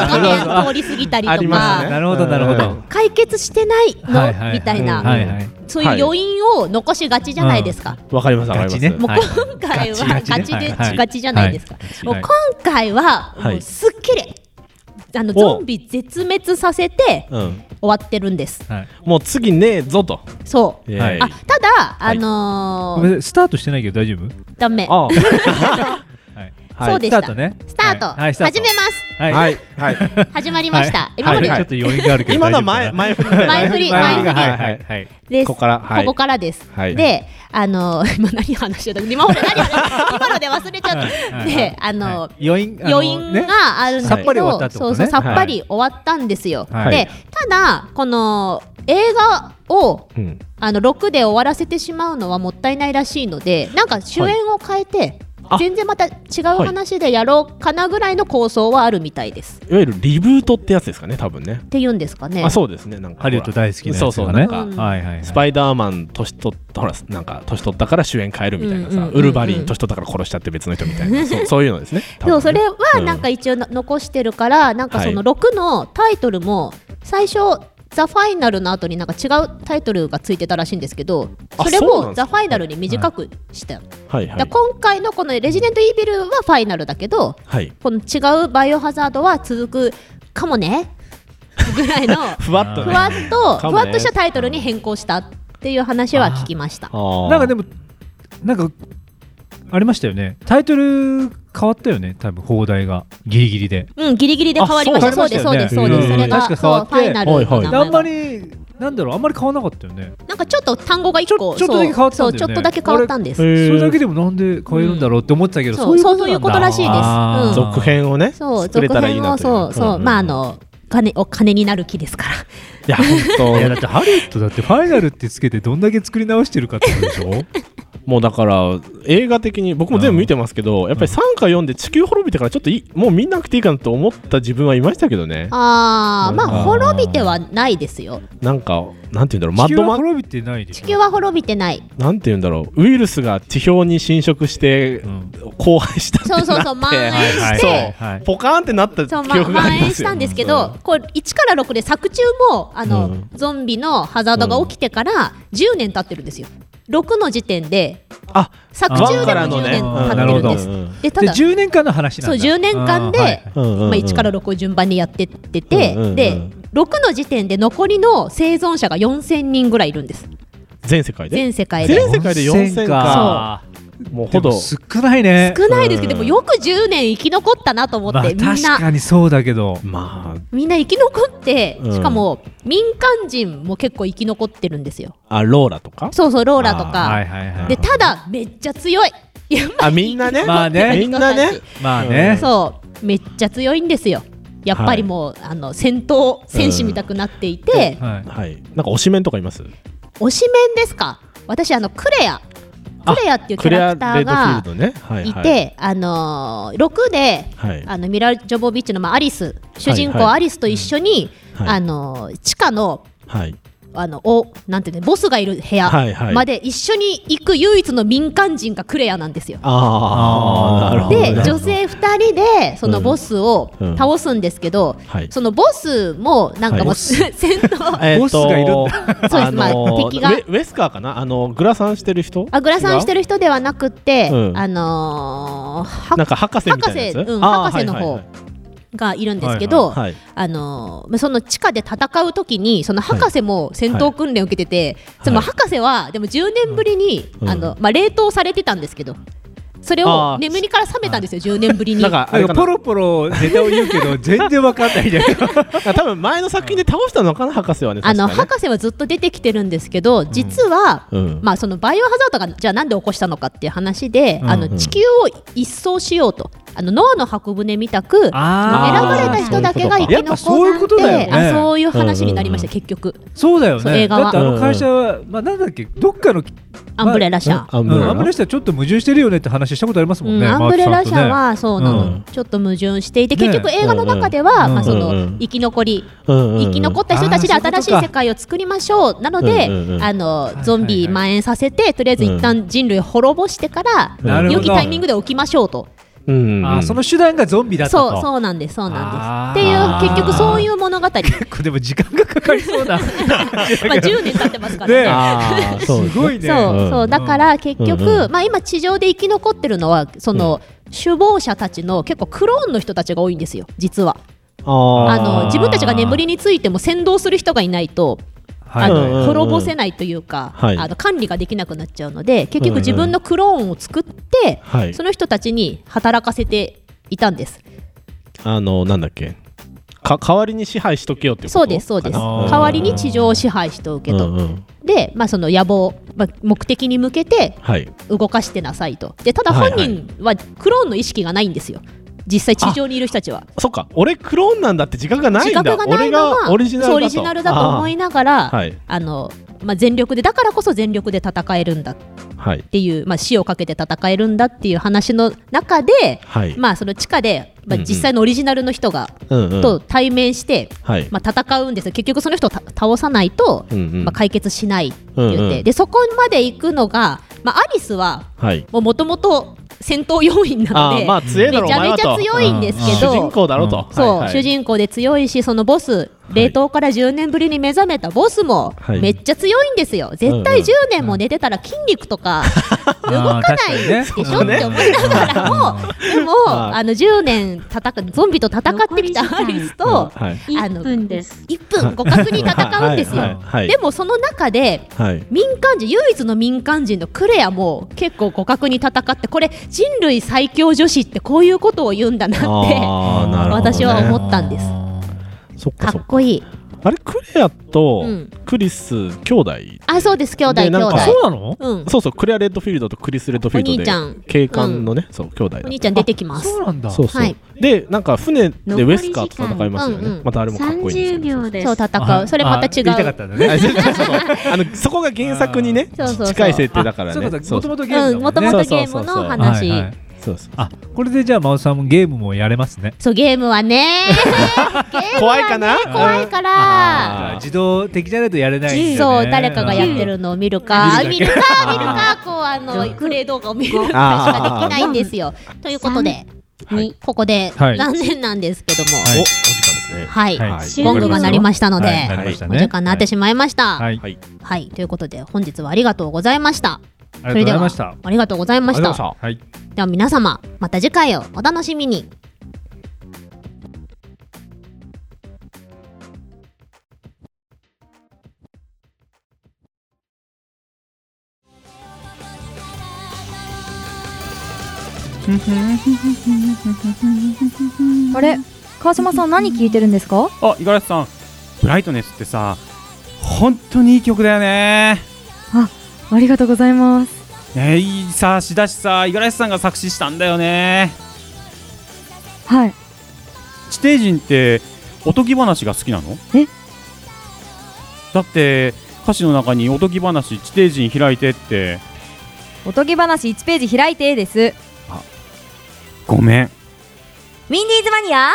画あ面通り過ぎたりありとますねかなるほどなるほど解決してないはいはいはのいみたいうんはいなはいそういう余韻を残しがちじゃないですかわかりますわかりますねもう今回はガガチチねではいはいガチじゃないですかはいもうはい今回はもはういすっきりあのおゾンビ絶滅させてうん終わってるんですもう次ねえぞとそうはあいただあのごめんーなさいスタートしてないけど大丈夫ダメ あはいそうでしたスタートねスタートはいはいスタート始めますはいはい始まりました今までちょっと余韻があるけど今のは大前前振りね前振り前振りがはいはいはいです。ここからはいここからです。はいで、あの、 今何話してた今俺何話今ので忘れちゃっはいた。はいで、あの、余韻あの余韻ねがあるんださっけぱり終わど、ったってこそとうねそう、さっぱり終わったんですよ。はいで、ただ、この映画を、うんあの、6で終わらせてしまうのはもったいないらしいので、なんか主演を変えて、全然また違う話でやろうかなぐらいの構想はあるみたいです。いわゆるリブートってやつですかね多分ねって言うんですかね。あそうですねなんかハリウッド大好きなやつそうそうがねなんかはいはいはいスパイダーマン年取ったほらなんか年取ったから主演変えるみたいなうんうんさうんうんウルバリン年取ったから殺しちゃって別の人みたいなそうそういうのですね多分そうそれはなんか一応の残してるから、なんかそのはい6のタイトルも最初「ザ・ファイナルの後になんか違うタイトルがついてたらしいんですけどあそれそうなんも「ですザ・かファイナルに短くした、はいはだからい今回のこの「レジデント・イービル」はファイナルだけどはいこの違う「バイオハザード」は続くかもねぐらいのふわっとふねわっと、かもねふわっとしたタイトルに変更したっていう話は聞きました。なんかでもなんかありましたよねタイトル変わったよね多分放題がギリギリでうん、ギリギリで変わりました。そうです、そうです、そうです。それが、確か変わってそうファイナルの名前があんまりなんだろうあんまり変わらなかったよねなんかちょっと単語が一個ちょっとだけ変わってたんだそうそよねうちょっとだけ変わったんです。あれそれだけでもなんで変えるんだろうって思ってたけど、そうそういうことらしいですあーうん続編をねそう続編をそうそうまああの金お金になる木ですから。いや本当いやだってハリウッドだってファイナルってつけてどんだけ作り直してるかってことでしょもうだから映画的に僕も全部見てますけどやっぱり3か4で地球滅びてからちょっといもう見なくていいかなと思った自分はいましたけどねああまああー滅びてはないですよ。なんかなんて言うんだろうマッドマン滅びてないで地球は滅びてない。なんて言うんだろうウイルスが地表に侵食して荒廃したってそなっうてそうそう蔓延してそうポカーンってなった記そうま憶があ蔓りま延すしたよんですけど、これ一から六で作中もあの、ゾンビのハザードが起きてから10年経ってるんですよ。六の時点で、あ作中であーも10年経ってなるるんほでどす。でただで10年間の話なんそうだ10年間で、あーはいまあ、1から6を順番にやってってて、うんうんうんで6の時点で残りの生存者が4000人ぐらいいるんです全世界で全世界で全世界で4000かもうほど少ないね少ないですけど、でもよく10年生き残ったなと思って、まあみん確なかにそうだけどまみんな生き残って、うんしかも民間人も結構生き残ってるんですよあローラとかそうそうローラとか、はいはいはいでただめっちゃ強いいやあみんなねまあねみんなねまあそうめっちゃ強いんですよやっぱりもう、あの戦闘戦士みたくなっていて、はい、なんか推しメンとかいます推しメンですか私あのクレアクレアっていうキャラクターがクレアレッドフィールドねはいいはいてあのー6で、はいあのミラ・ジョボビッチの、まあ、アリス主人はい公はいアリスと一緒に、はいあのー地下のはいあのおなんていうのボスがいる部屋はいはいまで一緒に行く唯一の民間人がクレアなんですよ。ああなるほどねで女性2人でそのボスをうん倒すんですけど、はいそのボスもなんかもう、はい戦闘、 えーとボスがいるんだそうですあのーまあ敵がウェウェスカーかなあのグラサンしてる人あグラサンしてるる人ではなくて、うんあのーはなんか博士みたいなやつ博士,、うん、あー博士のはいはい方はいがいるんですけど、はいはいはいあのーその地下で戦う時にその博士も戦闘訓練を受けてて、その博士はでも10年ぶりに、うんあのまあ、冷凍されてたんですけどそれあをー眠りから覚めたんですよ10年ぶりに。なんかあれかなポロポロネタを言う けど全然わかんないじゃん多分前の作品で倒したのかな博士はねあの確かね博士はずっと出てきてるんですけど実は、うんまあ、そのバイオハザードがじゃあなんで起こしたのかっていう話で、うんあうのん地球を一掃しようとあのノアの箱舟みたく選ばれた人だけが生きやっぱそういう残こっとてだよねあそういう話になりました、結局そうだよそうね映画だっはてあの会社は、まあ、なんだっけどっかのアンブレラ社うんうんアンブレラ社ちょっと矛盾してるよねって話したことありますもんね、うんアンブレラ社はそうなの、うんちょっと矛盾していてね結局映画の中では、うんまあ、そうんうのん生き残り、生生き残った人たちで新しい世界を作りましょうなので、うんうんうんあのゾンビ蔓延させてとりあえず一旦人類滅ぼしてから、なるほ良どきタイミングで起きましょうと。あーその手段がゾンビだったとそうそうなんですそうなんですっていう結局そういう物語結構でも時間がかかりそうだまあ10年経ってますからねえねあーそうですねすごいねそう,、うんそうだから結局、うんうんまあ、今地上で生き残ってるのはその、首謀者たちの結構クローンの人たちが多いんですよ実はあの自分たちが眠りについても先導する人がいないと、はいあうんうんうのん滅ぼせないというか、はいあの管理ができなくなっちゃうので結うん局うん自分のクローンを作って、はいその人たちに働かせていたんですあのなんだっけか代わりに支配しとけよってことそうですそうですかな代わりに地上を支配しておけと、うんうんで、まあ、その野望、まあ、目的に向けてはい動かしてなさいとでただはい本はい人はクローンの意識がないんですよ実際地上にいる人たちはそっか俺クローンなんだって自覚がないん自だ覚がないの俺はがオリジナルだそうとオリジナルだと思いながらあーはいあの、まあ、全力でだからこそ全力で戦えるんだっはいていう、まあ、死をかけて戦えるんだっていう話の中で、はいまあ、その地下で、まあ、うんうん実際のオリジナルの人が、うんうんと対面して、はいまあ、戦うんですよ結局その人をた倒さないと、うんうんまあ、解決しないって言って、うんうんでそこまで行くのが、まあ、アリスははいもともと戦闘要員なのあでーまあ強いだめろちゃめちゃ強いんですけどお前はとうん主人公だろとそう、はいはい主人公で強いしそのボス冷凍から10年ぶりに目覚めたボスもはいめっちゃ強いんですよ、絶うんう対ん10年も寝てたら筋肉とか動かないでしょって思いながらも、 で もあの10年戦うゾンビと戦ってきたアリスとうんはい1分です1分互角に戦うんですはいはいよはいでもその中ではい民間人唯一の民間人のクレアも結構互角に戦ってこれ人類最強女子ってこういうことを言うんだなってあーなるほどね私は思ったんですそっかそっかっこいいあれクレアとうんクリス兄弟あそうです兄弟で兄なん弟かうんそうそうクレア・レッドフィールドとクリス・レッドフィーお兄ちゃルんドで警官のねそう兄弟おだ兄ちゃん出てきますそうなんそうそう、はいでなんか船でウェスカーと戦いますよね、うんうんまたあれもかっこいいんですよ秒ですそう戦うそれまた違うあそうそうそうあのそこが原作にね そうそうそう近い設定だからねあそそういうことうそう元々ゲームだもんねうん元々ゲームの話はいはいそうそうあこれでじゃあ真央さんもゲームもやれますねそうゲームはね怖いかな怖いから自動的じゃないとやれないんだよねそう誰かがやってるのを見るかうん見るかあー見るかこうあのグレー動画を見るかしあーかできないんですよ。ということで、ここではい残念なんですけども、はいおお時はい、はいゴングが鳴りましたので、はい鳴りましたね、お時間になってしまいました。はいということで本日はありがとうございました。ありがとうございましそれたではありがとうございました。はいでは皆様また次回をお楽しみに。あれ川島さん何聞いてるんですかあ、五十嵐さん、ブライトネスってさ、本当にいい曲だよね。あありがとうございますね、いいさ、しだしさ、五十嵐さんが作詞したんだよね。はい地底人って、おとぎ話が好きなの。えだって、歌詞の中におとぎ話、地底人開いてって。おとぎ話1ページ開いてですごめん。ウィンディーズマニア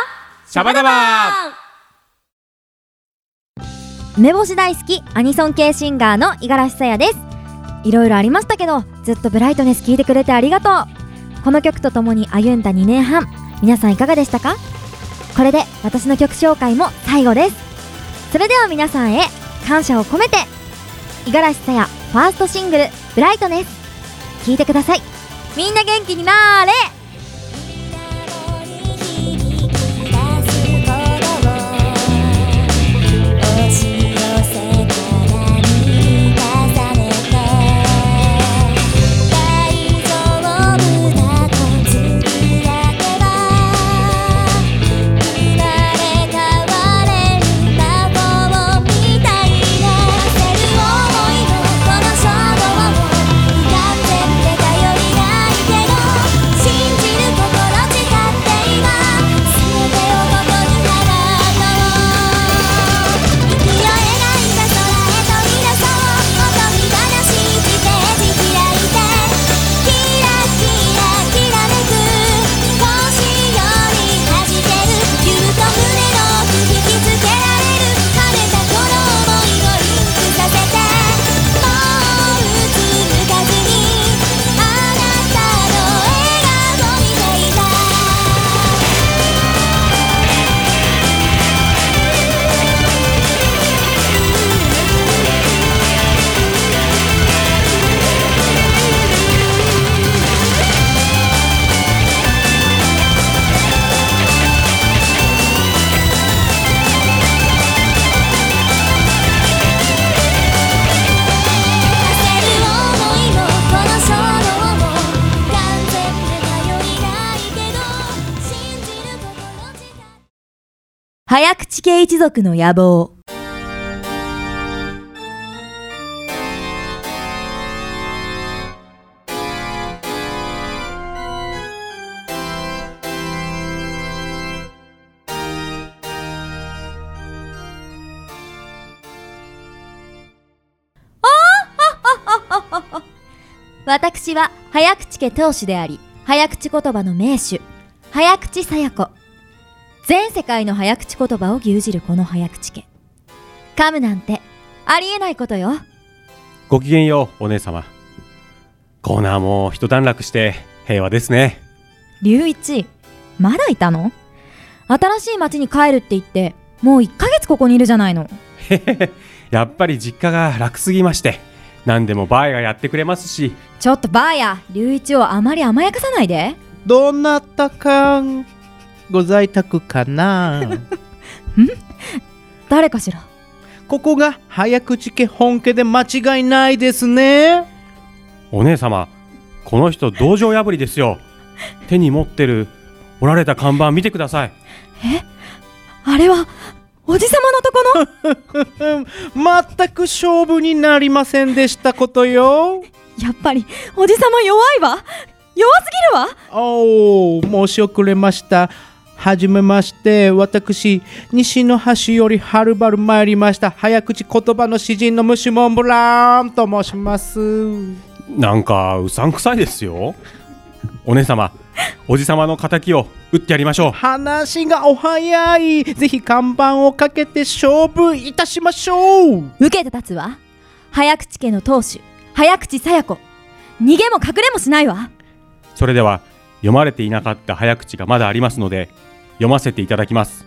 シャバダバー。梅干し大好きアニソン系シンガーの五十嵐さやですいろいろありましたけどずっとブライトネス聞いてくれてありがとうこの曲とともに歩んだ2年半皆さんいかがでしたかこれで私の曲紹介も最後ですそれでは皆さんへ感謝を込めて五十嵐さやファーストシングル「ブライトネス」聴いてくださいみんな元気になーれ押し寄せたら満たされて大丈夫だとつぶやけば生まれ変われる魔法みたいな焦る想いのこの衝動を歌ってて頼りないけど信じ早口系一族の野望私は早口家当主であり早口言葉の名手早口さや子全世界の早口言葉を牛耳るこの早口家噛むなんてありえないことよごきげんようお姉様コーナーも一段落して平和ですね龍一まだいたの新しい町に帰るって言ってもう1ヶ月ここにいるじゃないのやっぱり実家が楽すぎまして何でもバーがやってくれますしちょっとばあや龍一をあまり甘やかさないでどなたかんご在宅か な誰かしらここが早口家本家で間違いないですねお姉様この人道場破りですよ手に持ってる折られた看板見てくださいあれはおじさまのとこの 全く勝負になりませんでしたことよやっぱりおじさま弱いわ弱すぎるわおお申し遅れましたはじめまして私西の端よりはるばる参りました早口言葉の詩人のムシモンブランと申しますなんかうさんくさいですよお姉様おじ様の敵を打ってやりましょう話がお早いぜひ看板をかけて勝負いたしましょう受けて立つわ早口家の当主早口さや子逃げも隠れもしないわそれでは読まれていなかった早口がまだありますので読ませていただきます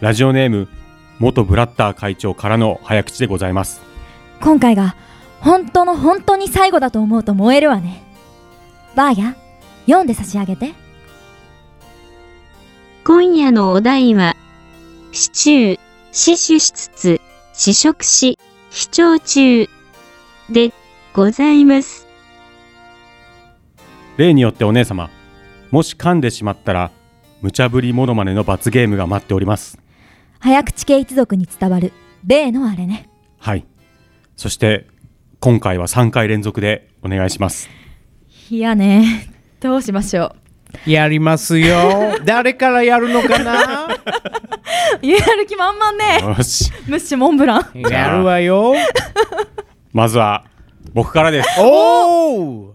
ラジオネーム元ブラッター会長からの早口でございます今回が本当の本当に最後だと思うと燃えるわねばあや読んで差し上げて今夜のお題は、シチュー、死守しつつ、試食し、視聴中、で、ございます。例によってお姉様もし噛んでしまったら無茶ぶりモノマネの罰ゲームが待っております早口系一族に伝わる例のあれねはいそして今回は3回連続でお願いしますいやねどうしましょやりますよ誰からやるのかなうやる気満々ねよしムッシュモンブランやるわよ まずは僕からですおお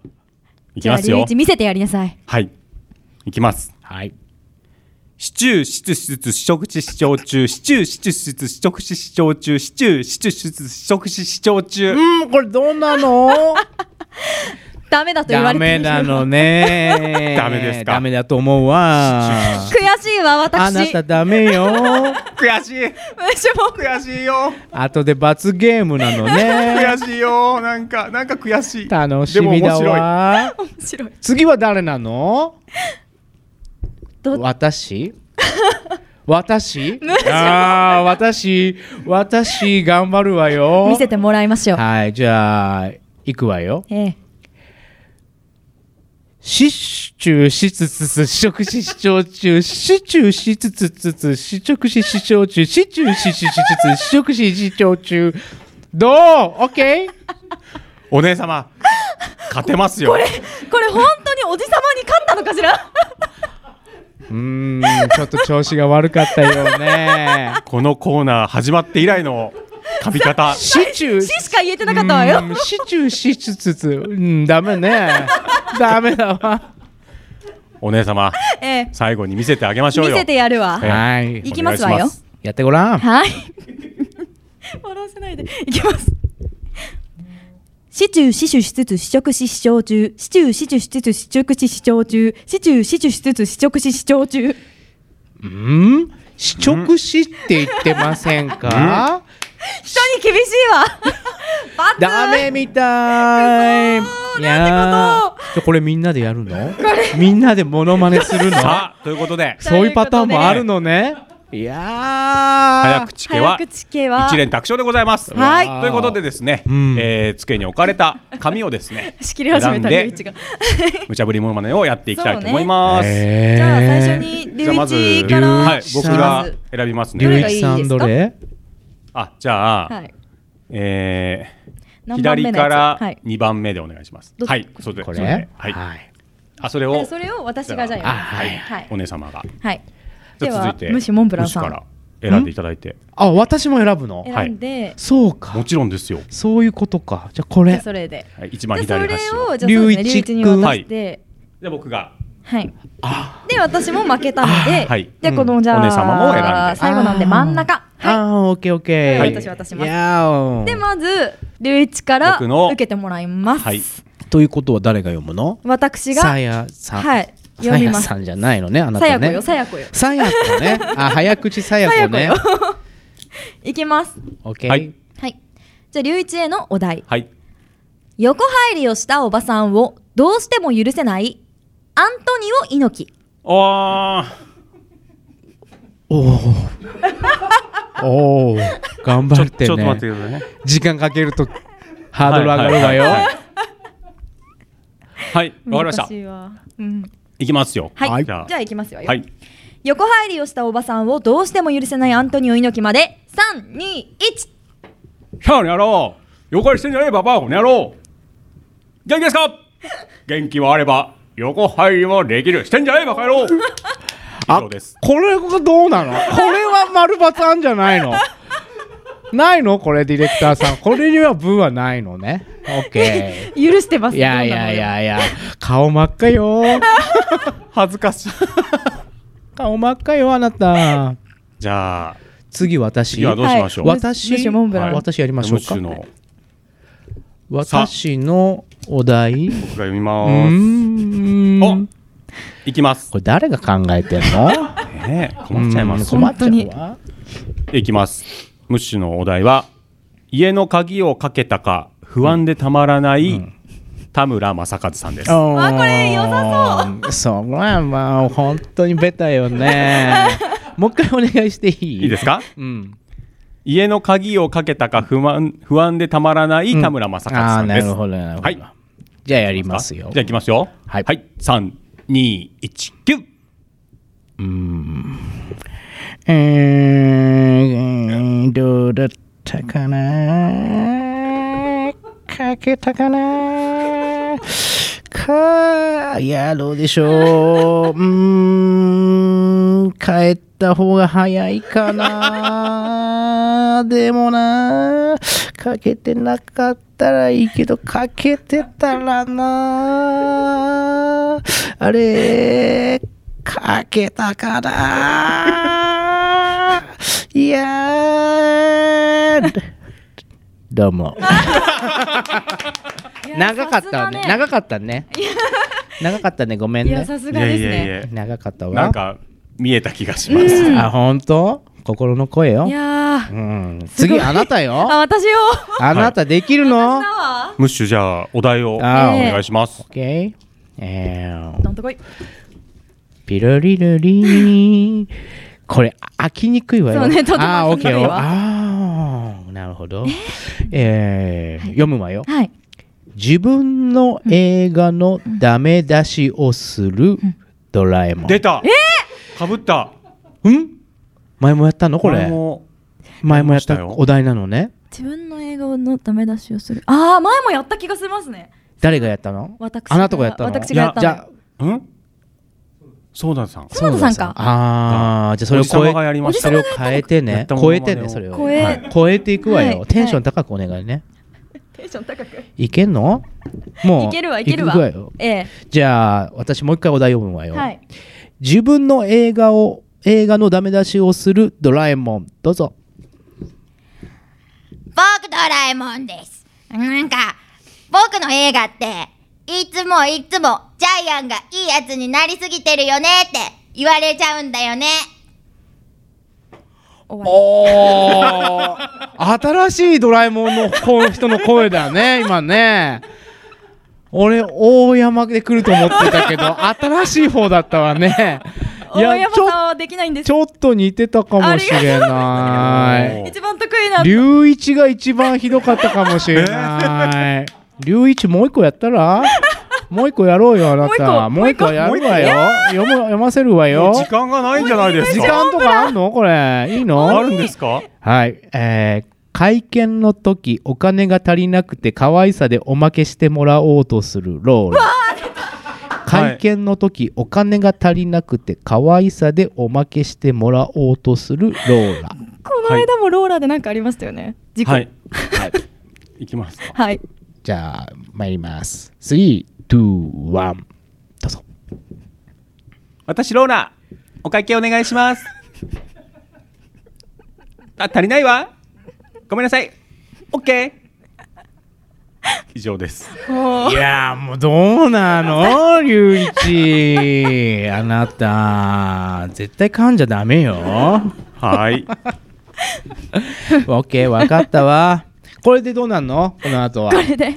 いきますよ一見せてやりなさいはい。いきます。はい。シチュー、シツシツ、シ食シシ長中、シチュー、シチュシツ、シ食シシ長中、シチュー、シチュシツ、シ食シシ長中。うん、これどうなのダメだと言わダれてメるなのねダメですかダメだと思うわ 悔しいわあ私なたダメよ悔しい私も悔しいよ後で罰ゲームなのね悔しいよなんか、なんか悔しい。楽しみだわ面白い次は誰なのど私 私ああ私私頑張るわよ見せてもらいましょうはいじゃあ行くわよええシシチューしつつつ試食し視聴中シチューしつつつつ試食し視聴中シチューししししつ試食し視聴中どうオッケーお姉様、勝てますよ。これ本当におじさまに勝ったのかしらうーんちょっと調子が悪かったよねこのコーナー始まって以来の噛み方。シチューしか言えてなかったわようんシチューしつつつうんダメ ねダメだわお姉様、ええ最後に見せてあげましょう見よ。せてやるわええはいいきますわお願よいしまやってごらんはい笑わせないでいきますシチュー、シチューしつつ、試食し、視聴中。シチュー、シチューしつつ、試食し、視聴中。シチュー、シチューしつつ、試食し、視聴中。うん試食しって言ってませんか人に厳しいわ罰ダメみたいいやーじゃあこれみんなでやるのみんなでモノマネするのさあ、 ということで、そういうパターンもあるのねいや早口家は早口家は一連卓勝でございます。はいということでですね、えー机に置かれた紙をですね、 仕切り始めた選龍んで一が 無茶ぶりモノマネをやっていきたいそうとね思います。じゃあ最初に龍じゃあまず、龍一からはい、僕が選びますね。どれがいいですか龍一さんどれあ、じゃあ、はいえー、何番目の左やつからはい2番目でお願いします。どはい、それで。これそではい。あ、それを。でそれを私がじゃあ、あやはるい、はいお姉様が。はいじでゃあは続いて、むしモンブランさんむしから選んでいただいて。あ私も選ぶの選んで、そうかもちろんですよそういうことかじゃあこじゃれあそれではい一番左そ端れをじゃあそうですね龍一に渡してじゃあ僕がはいで私も負けたので、はいでこのじゃあお姉様も選んで最後なんで真ん中ああオッケーオッケーはい私渡しますいやーうんでまず龍一から僕の受けてもらいます、はいということは誰が読むの私がさやさんはさい読みやますさんじゃないのねあなさたやこねよさやこよさやこねあ早口さ やこねいきますオッケーはいじゃあ龍一へのお題はい横入りをしたおばさんをどうしても許せないアントニオ猪木あおおおお頑張ってねちょちょっと待ってくださいね時間かけるとハードル上がるわよ、はいはいはいはい はい、わかりました。難しいわうんいきますよ。はいじゃじゃあいきますよはい。横入りをしたおばさんをどうしても許せないアントニオ猪木まで321ひゃあやろう横入りしてんじゃねえババアこの野郎元気です か元気はあれば横入りもできるしてんじゃねえバカ野郎あこれがどうなのこれは丸バツあんじゃないのないのこれディレクターさんこれにはブーはないのねオッケ 許してまーいやいやいやいや顔真っ赤よ 恥ずかしい顔真っ赤よあなたじゃあ次私次はどうしましょうはい私ムッシュモンブラン私やりましょうかムッシュの私のお題僕が読みますおいきますこれ誰が考えてんの ねえ困っちゃいますうん困っちゃうわいきますムッシュのお題は家の鍵をかけたか不安でたまらない、田村正和さんですあこれ良さそうそこはまあ本当にベタよねもう一回お願いしていいいいですか、うん、家の鍵をかけたか不安不安でたまらない田村正和さんです、うんあーなるほどなるほどはい、じゃあやりますよじゃあいきますよはい、三二一九。えー、どうだったかなかけたかなかいやどうでしょううーん帰った方が早いかなでもなかけてなかったらいいけどかけてたらなあれかけたか ないやーどうも長かったわね長かったね長かったねごめんねいやさすがですねいやいやいや長かったわなんか見えた気がします、うんあ本当心の声よいやーうん、すごい次あなたよあ私よあなたできるの、ムッシュじゃあお題をおあー願いします。オッケー。えーどんとこいピロリロリーこれ飽きにくいわよそうねとてもあーオッケ飽きにくいーわあーなるほどえー読むわよ、はい自分の映画のダメ出しをするドラえもん出た。かぶった。うん前もやったのこれ前も前もやったお題なのね自分の映画のダメ出しをするああ前もやった気がしますね誰がやったの私があなたがやったの私がやったのいじゃあんそうださん。そうださんかああ、じゃあそれをおじ超えさまがやりましたそれを変えてね、おじさま超がやっえたものまねをてね、それを超えはい超えていくわはいよ。テンション高くお願いね。テンション高くいけんの？もういけるわいけるわくよええじゃあ私もう一回お題読むわよ。はい自分の映画を映画のダメ出しをするドラえもんどうぞ。僕ドラえもんです。なんか、僕の映画って、いつもいつもジャイアンがいいやつになりすぎてるよねって言われちゃうんだよね。お 新しいドラえもんのこの人の声だね今ね。俺大山で来ると思ってたけど新しい方だったわね。い 大や山ちさんょはできないんですちょっと似てたかもしれない。一番得意な龍一 が一番ひどかったかもしれない。龍一もう一個やったらもう一個やろうよ、あなた。ももうう一一個個やるわよもう。読む読ませるわよ。時間がないんじゃないですか時間とかあんのこれ。いいのあるんですかはい。えー会見の時、お金が足りなくて可愛さでおまけしてもらおうとするローラ。会見の時、お金が足りなくて可愛さでおまけしてもらおうとするローラ。この間もローラでなんかありましたよね。事故。はい。いきます。はい。じゃあ、参ります。3、2、1。私ローラお会計お願いしますあ足りないわごめんなさいオッケー以上ですいやーもうどうな の龍一あなた絶対噛んじゃダメよはいオッケー分かったわこれでどうなんのこの後はこれではい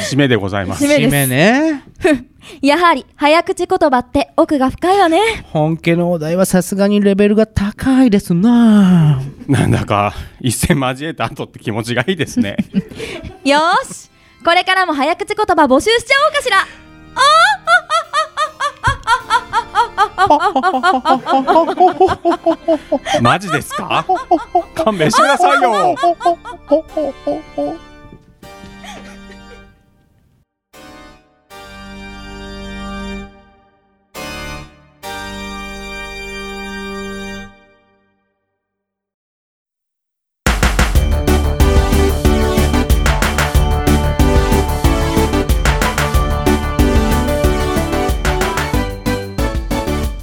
締めでございます締めですねやはり早口言葉って奥が深いわね。本家のお題はさすがにレベルが高いですななんだか一戦交えた後って気持ちがいいです ねよーしこれからも早口言葉募集しちゃおうかしらマジですか勘弁してくださいよ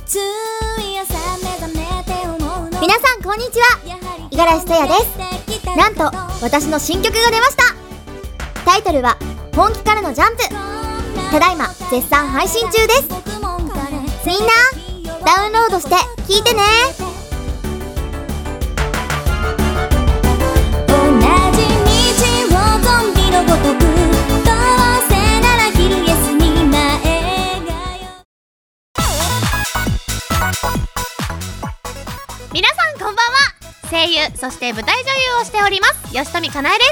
つい朝目覚めて思うの皆さんこんにちは五十嵐さやですなんと私の新曲が出ましたタイトルは「本気からのジャンプ」ただいま絶賛配信中ですみんなダウンロードして聴いてね同じ道をゾンビのごとくどうせなら昼休み前が皆さんこんばんは声優そして舞台女優をしております吉富かなえで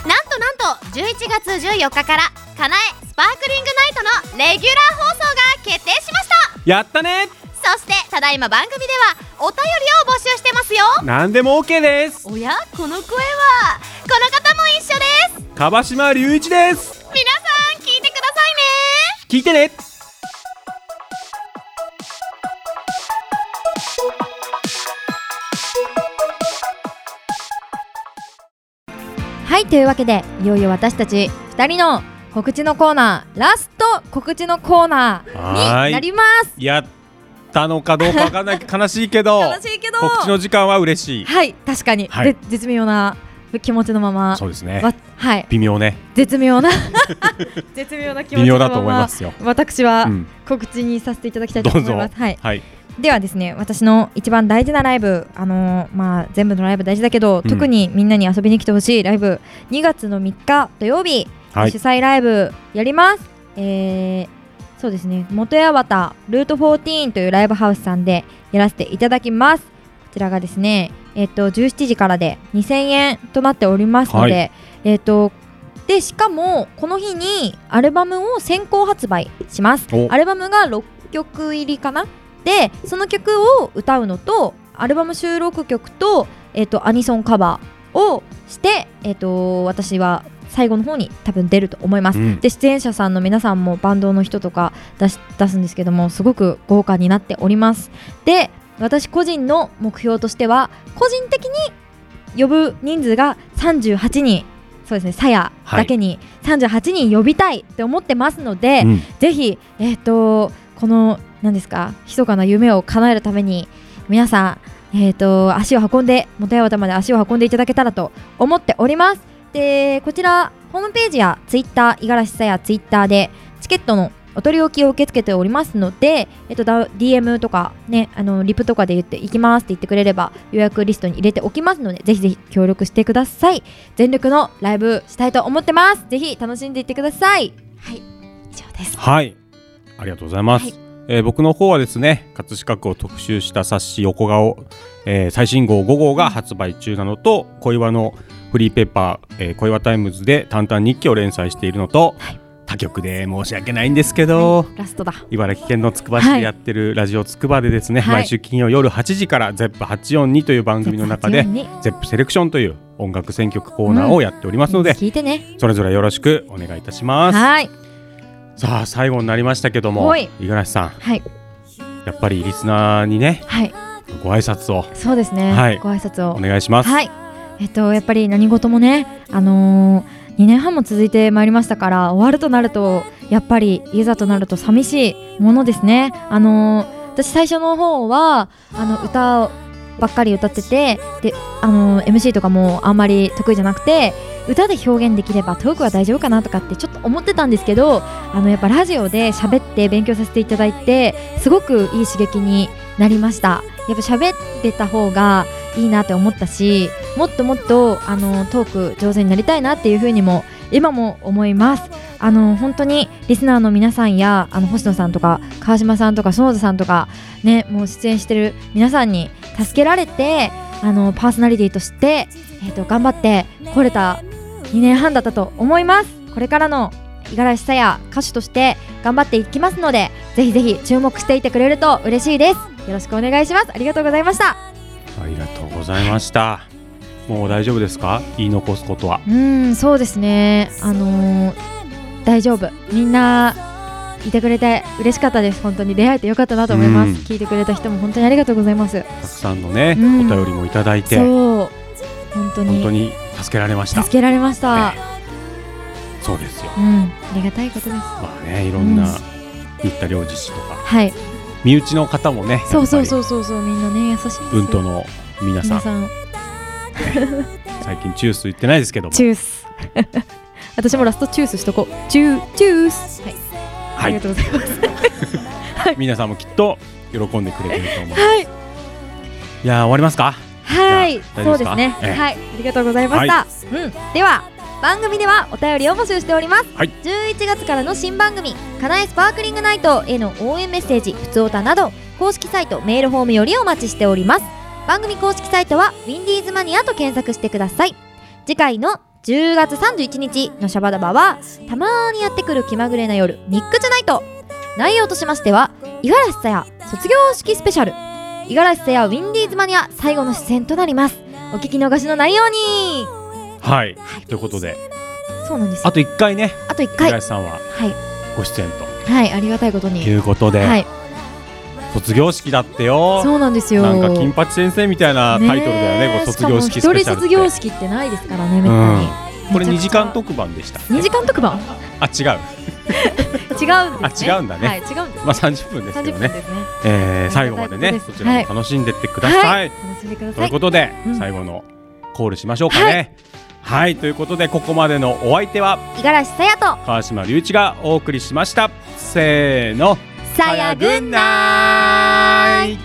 すなんとなんと11月14日からかなえスパークリングナイトのレギュラー放送が決定しましたやったねそしてただいま番組ではお便りを募集してますよ何でも OK ですおやこの声はこの方も一緒です樺島隆一です皆さん聞いてくださいね聞いてねはいというわけでいよいよ私たち2人の告知のコーナーラスト告知のコーナーはになーりいますやったのかどうかわかん ない悲しいけど悲しいけど告知の時間は嬉しいはい確かに、はいで絶妙な気持ちのままそうですねわはい微妙ね絶妙な 絶妙な気持微ち妙のままだと思いますよ私はうん告知にさせていただきたいどとう思いぞます、はいはいではですね私の一番大事なライブ、あのーまあ、全部のライブ大事だけど、うん特にみんなに遊びに来てほしいライブ2月の3日土曜日、はい主催ライブやります、えーそうですね元八幡ルート14というライブハウスさんでやらせていただきますこちらがですねえっ、と17時からで2000円となっておりますので、はいえっ、とでしかもこの日にアルバムを先行発売しますおアルバムが6曲入りかなでその曲を歌うのとアルバム収録曲と,、えっとアニソンカバーをして、えっと私は最後の方に多分出ると思います、うんで出演者さんの皆さんもバンドの人とか出し出すんですけどもすごく豪華になっておりますで私個人の目標としては個人的に呼ぶ人数が38人そうですねさやだけに38人呼びたいって思ってますので、うんぜひ、えー、とこの何ですか密かな夢を叶えるために皆さん、えー、と足を運んで元八幡まで足を運んでいただけたらと思っておりますでこちらホームページやツイッター五十嵐さやツイッターでチケットのお取り置きを受け付けておりますので、えっと、ダウ DM とか、ね、あのリプとかで言って行きますって言ってくれれば予約リストに入れておきますのでぜひぜひ協力してください全力のライブしたいと思ってますぜひ楽しんでいってくださいはいありがとうございます、えー僕の方はですね葛飾区を特集した冊子横顔、えー最新号5号が発売中なのと小岩のフリーペーパー、えー小岩タイムズで淡々日記を連載しているのと、破局で申し訳ないんですけど、ラストだ茨城県のつくば市でやってるラジオつくばでですね、はい毎週金曜夜8時から ZEP842 という番組の中で842 ZEP セレクションという音楽選曲コーナーをやっておりますので、聞いてねそれぞれよろしくお願いいたします。はいさあ最後になりましたけどもおい五十嵐さんはいやっぱりリスナーにね、はいご挨拶をそうですね、はいご挨拶おを願いしますはいえっとやっぱり何事もねあのー、2年半も続いてまいりましたから終わるとなるとやっぱりいざとなると寂しいものですねあのー、私最初の方はあの歌をばっかり歌っててであのー MC とかもあんまり得意じゃなくて歌で表現できればトークは大丈夫かなとかってちょっと思ってたんですけどあのやっぱラジオで喋って勉強させていただいてすごくいい刺激になりましたやっぱ喋ってた方がいいなって思ったしもっともっとあのトーク上手になりたいなっていうふうにも今も思いますあの本当にリスナーの皆さんやあの星野さんとか川島さんとか園田さんとかねもう出演してる皆さんに助けられてあのパーソナリティとして、えー、と頑張ってこれた2年半だったと思いますこれからの五十嵐さや歌手として頑張っていきますのでぜひぜひ注目していてくれると嬉しいですよろしくお願いしますありがとうございましたありがとうございましたもう大丈夫ですか言い残すことはうーんそうですねあのー大丈夫みんないてくれて嬉しかったです本当に出会えてよかったなと思います、うん聞いてくれた人も本当にありがとうございますたくさんのね、うんお便りもいただいてそう本当に本当に助けられました助けられました、そうですよ、うんありがたいことですまあねいろんなうん新田良次氏とかはい身内の方もねそうそううそうそうそうみんなね優しいですよ文との皆さんん最近チュース行ってないですけどもチュース 私もラストチュースしとこうチューチュースはい、ありがとうございます皆さんもきっと喜んでくれてると思う、い、 はいやー終わりますかはいじゃあそ大丈うで夫すねですかええはいありがとうございました、はうんでは番組ではお便りを募集しております、はい11月からの新番組「かなえスパークリングナイト」への応援メッセージ「ふつおた」など公式サイトメールフォームよりお待ちしております番組公式サイトは「ウィンディーズマニア」と検索してください次回の10月31日のシャバダバはたまーにやってくる気まぐれな夜ニックジュナイト内容としましては五十嵐さや卒業式スペシャル五十嵐さやウィンディーズマニア最後の出演となりますお聞き逃しのないようにはい、ということでそうなんですあと一回ねあと一回平井さんははいご出演とはいありがたいことにいうことで、はい卒業式だってよそうなんですよなんか金八先生みたいなタイトルだよねえこう卒業式しかスもペ一シャ人ル卒業式ってないですからねめっうたんに、これ二時間特番でした2時間特番 あ違う違うんですねあ違うんだねはい違うんですまあ三十分ですけどね30分ですねえー最後までありねがたいこそとですちらも楽しんでってください、楽しんでくだとさいいうことで、うん最後のコールしましょうかねはい、ということでここまでのお相手は五十嵐さやと川島隆一がお送りしましたせーのさやぐんなーい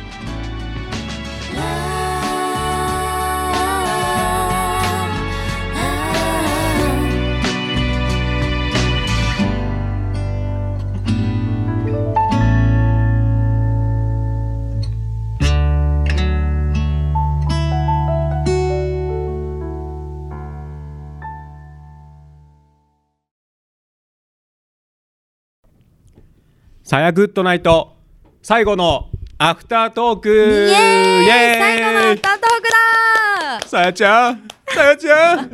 さやグッドナイト最後のアフタートークイエーイ最後のアフタートークださやちゃんさやちゃ ん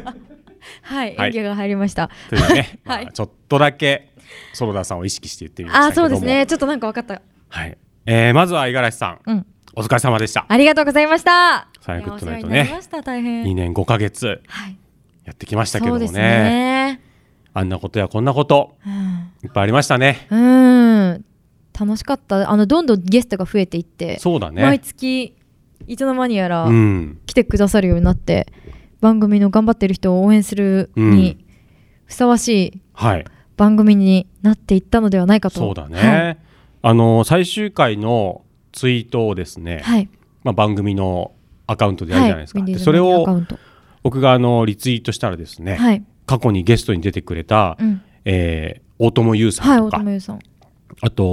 はいはい演技が入りましたというね、ま はあいちょっとだけ園田さんを意識して言ってみまあしたけーどそもうですねちょっとなんか分かったはい、えー、まずは五十嵐さん、うんお疲れ様でしたありがとうございましたさやグッドナイトいやお世話になりねました大変2年5ヶ月やってきましたけどもそうね,、ですねあんなことやこんなことうんいっぱいありましたねうん楽しかったあのどんどんゲストが増えていってそうだね毎月いつの間にやらうん来てくださるようになって、番組の頑張ってる人を応援するにふさわしいはい番組になっていったのではないかとそうだね、はいあの最終回のツイートをですね、はいまあ、番組のアカウントでやるじゃないですか、はいでそれウィンディーズのアカウをント僕があのリツイートしたらですね、はい過去にゲストに出てくれた、うんえー大友優はさいんと大か、友優さんあと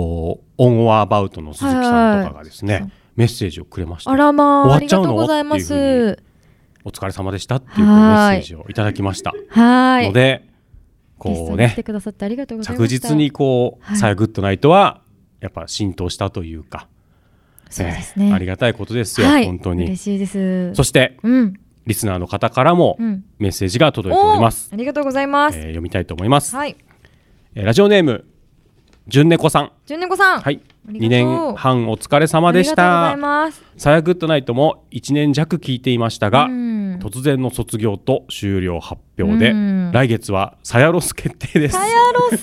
「オン・オア・アバウト」の鈴木さんとかがですね、メッセージをくれましたあらまああ終わりっちゃがうとのうございまっていうふうにすお疲れ様でしたっていうメッセージをいただきましたはいのでこうゲストにね来てくださってありがとうございま着した実にこう、はいさやグッドナイトはやっぱ浸透したというかそうですねえーありがたいことですよ、はい本当に嬉しいですそして、うんリスナーの方からもうんメッセージが届いております、おーありがとうございます、えー読みたいと思います、はいえーラジオネーム純猫さん純猫さんはいありがと2う年半お疲れ様でしあたりがとうございますさやグッドナイトも1年弱聞いていましたが、うん突然の卒業と終了発表で、うん来月はさやロス決定ですサヤ ロス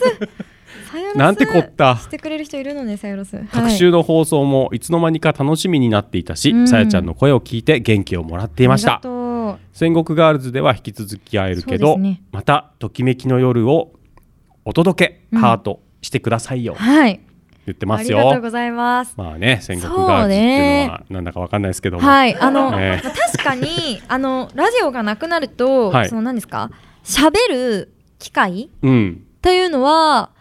サヤロスなんてこったしてくれる人いるのねサヤロス各週の放送もいつの間にか楽しみになっていたし、うんさやちゃんの声を聞いて元気をもらっていましあたりがとう戦国ガールズでは引き続き会えるけそうど、ですねまたときめきの夜をお届け、うんハートしてくださいよ、はい言ってますありがとうよございますまあね戦国ガールズっていうのはなんだかわかんないですけども、はいあの、ねまあ確かにあのラジオがなくなると、はいその何ですか喋る機会うんっていうのは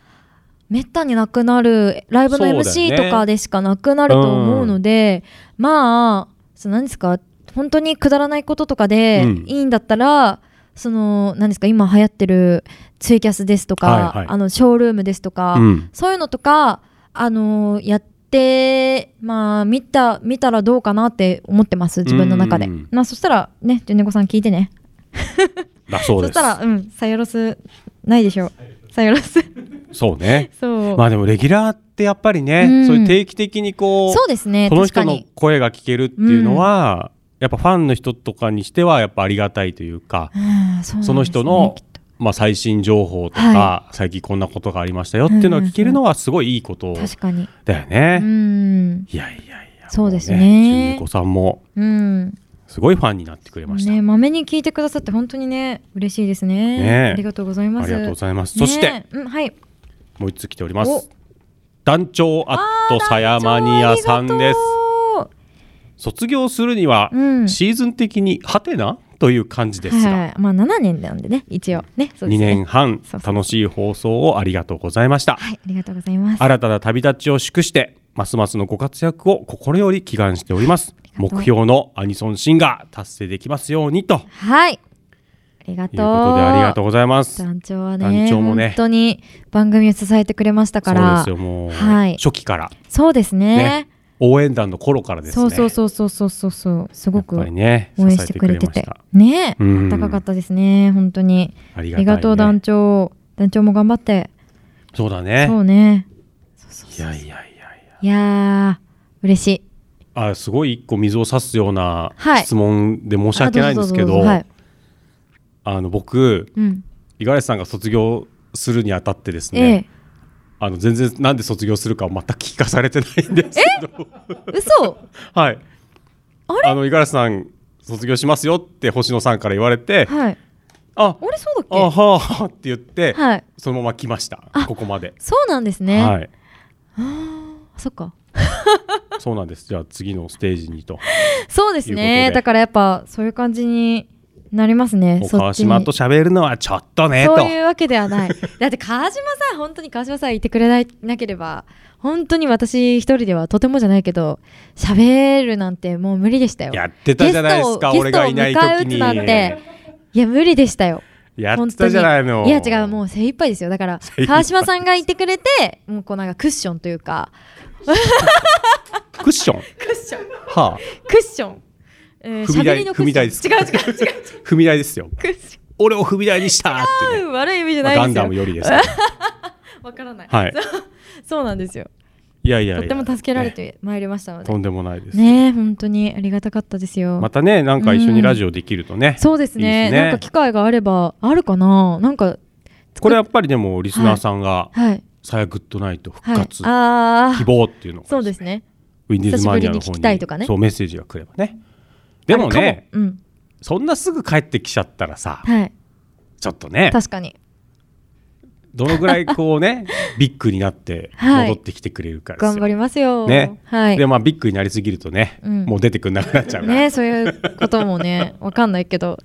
めったになくなるライブのそうだよね MC とかでしかなくなると思うのでまあその何ですか本当にくだらないこととかでういんいんだったら、その何ですか今流行ってるツイキャスですとか、はいはいあのショールームですとか、うんそういうのとかあのやってまあ見た見たらどうかなって思ってます自分の中でうんまあそしたらね純猫さん聞いてねだそうでそしすたらうんサイロスないでしょうサイロスそうねそうまあでもレギュラーってやっぱりね、うんそういう定期的にこうそうですねその人確かのに声が聞けるっていうのは、やっぱファンの人とかにしてはやっぱありがたいというか、うんそうなんですねその人の、まあ、最新情報とか、は最近こんなことがありましたよっていうのを聞けるのはすごいいいこと確かにだよね。うんいやいやいやそうですねね純子さんもうんすごいファンになってくれました。ねまめに聞いてくださって本当にね嬉しいですねねありがとうございますありがとうございますねそしてうんはいもう一つ来ておりますお。団長アットさやマニアさんです。卒業するには、うんシーズン的にハテナという感じですはいが、はいまあ7年なんでね一応ねそうで2すね年半楽しい放送をありがとうございました、ありがとうございます新たな旅立ちを祝してますますのご活躍を心より祈願しておりますがとう目標のアニソンシンガー達成できますようにとはいありがといううことでありがとうございます団長はね団長もね本当に番組を支えてくれましたそかうらですよもう、はい初期からそうですねね応援団の頃からですねそうそうそうそうそうそうそうすごくやっぱりね応援してくれて支えててくれねえうん温かかったですね本当にありがたいねがとう団長団長も頑張ってそうだねそうねいやいやいやー嬉しいあすごい一個水を差すようなはい質問で申し訳ないんですけあど,、どうぞどうぞどうぞはいあの僕、うん五十嵐さんが卒業するにあたってですえね、あの全然なんで卒業するかを全く聞かされてないんですけど嘘 はいあの五十嵐さん卒業しますよって星野さんから言われて、はいあ俺そうだっけあはあはあって言って、はいそのまま来ましたここまで、そうなんですねはいあそっかそうなんですじゃあ次のステージにとそうですいうねことでだからやっぱそういう感じになりますねそっちに川島と喋るのはちょっとねとそういうわけで はないだって川島さん本当に川島さんいてくれないなければ本当に私一人ではとてもじゃないけど喋るなんてもう無理でしたよやってたじゃないですかゲストを俺がいない時ゲにストを迎え撃つなんていや無理でしたよやってたじゃないの本当にいや違うもう精一杯ですよだから一杯川島さんがいてくれてもうこうなんかクッションというかクッションクッションはあクッションえー踏み台喋りのクッション踏み台です違う違う違う踏み台ですよクッシ俺を踏み台にしたっていうョン悪い意味じゃまなあいですよ、ガンダムよりですけど わからない、はいそうそうなんですよいやいやいやとっても助けられてまいりましたのでとんでもないですねえ本当にありがたかったですよまたねなんか一緒にラジオ、オできるとね、そうですねいいなんか機会があればあるかななんかこれやっぱりでもリスナーさんがはい「さやグッドナイト復はい活、あー希望」っていうのをそうですねウィンディーズマニアの方久しぶりに聞にきたいとかねそうメッセージがくればねでもあるかねもうんそんなすぐ帰ってきちゃったらさはい、ちょっとね確かにどのぐらいこう ねビッグになってはい戻ってきてくれるかですよ、頑張りますよね、はいでまあビッグになりすぎるとね、うんもう出てくんなくなっちゃうから、ねそういうこと もねわかんないけど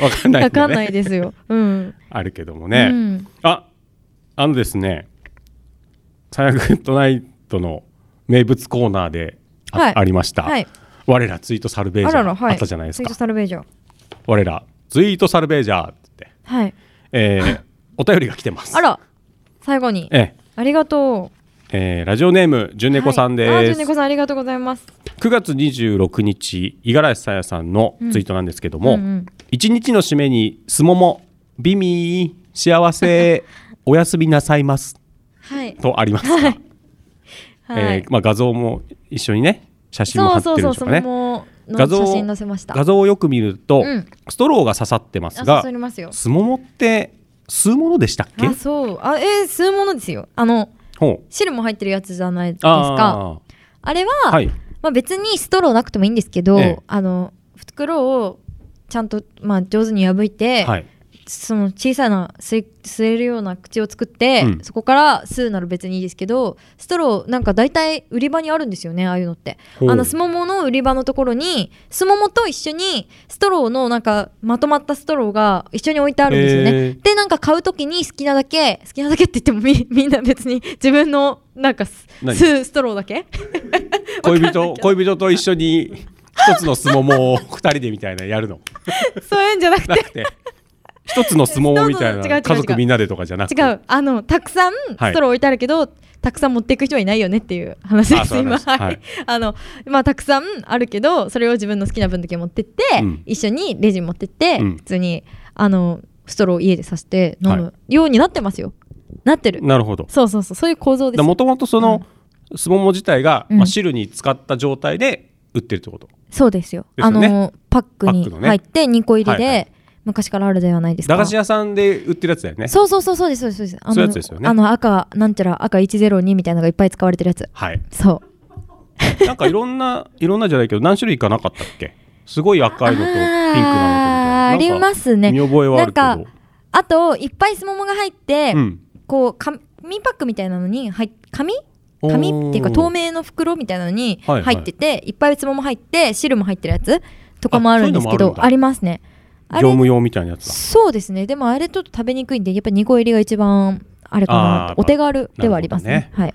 わかんないよねわかんないですようんあるけどもね、うんああのですね「最悪グッドナイト」の名物コーナーであ,、はいりました、はい我らツイートサルベーあジャらーらはいあったじゃないですスイーかトサルベージャー我らツイートサルベージャー、 はいえーお便りが来てますあら最後にえありがとうええーラジオネーム純猫さんあーで純す、子さんありがとうございます9月26日五十嵐さやさんのツイートなんですけども、うんうん一日の締めにすももビミー幸 せおやすみなさいますはいとあります、はいはえいーまあ、画像も一緒にね写真もそ貼うってそるうんそでしょうそうかねれもの画像写を真載せました画像をよく見ると、うんストローが刺さってますあが刺さりますよすももって吸うものでしたっけあそうあえー、吸うものですよあの ほう汁も入ってるやつじゃないですかああれは、ーはいまあ、別にストローなくてもいいんですけど、ええあの袋をちゃんと、まあ、上手に破いて、はいその小さな吸い吸えるような口を作って、うんそこから吸うなら別にいいですけどストローなんか大体売り場にあるんですよねああいうのってほうあのすももの売り場のところにすももと一緒にストローのなんかまとまったストローが一緒に置いてあるんですよね、へーでなんか買う時に好きなだけ好きなだけって言ってもみ みんな別に自分のなんかす何吸うストローだけ恋人恋人と一緒に一つのすももを二人でみたいなやるのそういうんじゃなくてなくて一つのすももみたい 違う違う違なう家族みんなでとかじゃなく違てうあのたくさんストロー置いてあるけど、たくさん持っていく人はいないよねっていう話であすそういう今話はい、はいあのまあたくさんあるけどそれを自分の好きな分だけ持ってって、うん一緒にレジ持ってって、うん普通にあのストローを家でさして飲はむようになってますよ、なってるなるほどそうそうそうそういう構造ですもともとそのすもも自体が、うんまあ、汁に使った状態で売ってるってことそうですよですよねあのパックパッにクのね入って2個入りで、はいは昔からあるではないですか駄菓子屋さんで売ってるやつだよねそうそうそうそうですそうですそうですそういうやつですよねあの赤なんちゃら赤102みたいなのがいっぱい使われてるやつはいそうなんかいろん ないろんなじゃないけど何種類かなかったっけすごい赤いのとピンクなのとみたいあーなありますね見覚えはあるけなんどかあといっぱいすももが入って、うんこう紙パックみたいなのに入っ紙おー紙っていうか透明の袋みたいなのにはいはい入ってて、いっぱいつもも入って汁も入ってるやつとかもあるんですけそういうのもあるどんあだりますねあ業れ務用みたいなやつだそうですねでもあれちょっと食べにくいんでやっぱ2個入りが一番あれかあーなとお手軽ではありますなるねはい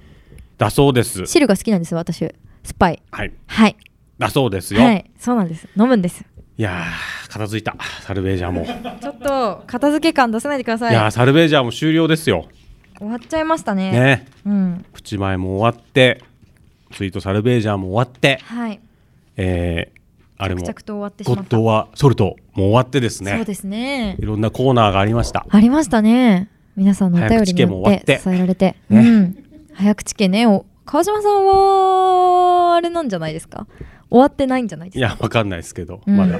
だそうです汁が好きなんですよ私酸っぱいはいはいだそうですよ、、はいいそうなんです飲むんですやー片付いたサルベージャーもいちょっと片付け感出さないでくださいやーサルベージャーも終了ですよ終わっちゃいましたねねうんプチ前も終わってツイートサルベージャーも終わってはいえーあれも着々と終わってしゴまったッドはソルトも終わってですねそうですねいろんなコーナーがありましたありましたね。皆さんのお便りに早口家もよ終わっってて支えられて。ねうん。早口家ね。お川島さんは、あれなんじゃないですか終わってないんじゃないですいやわかんないですけど、うんまだ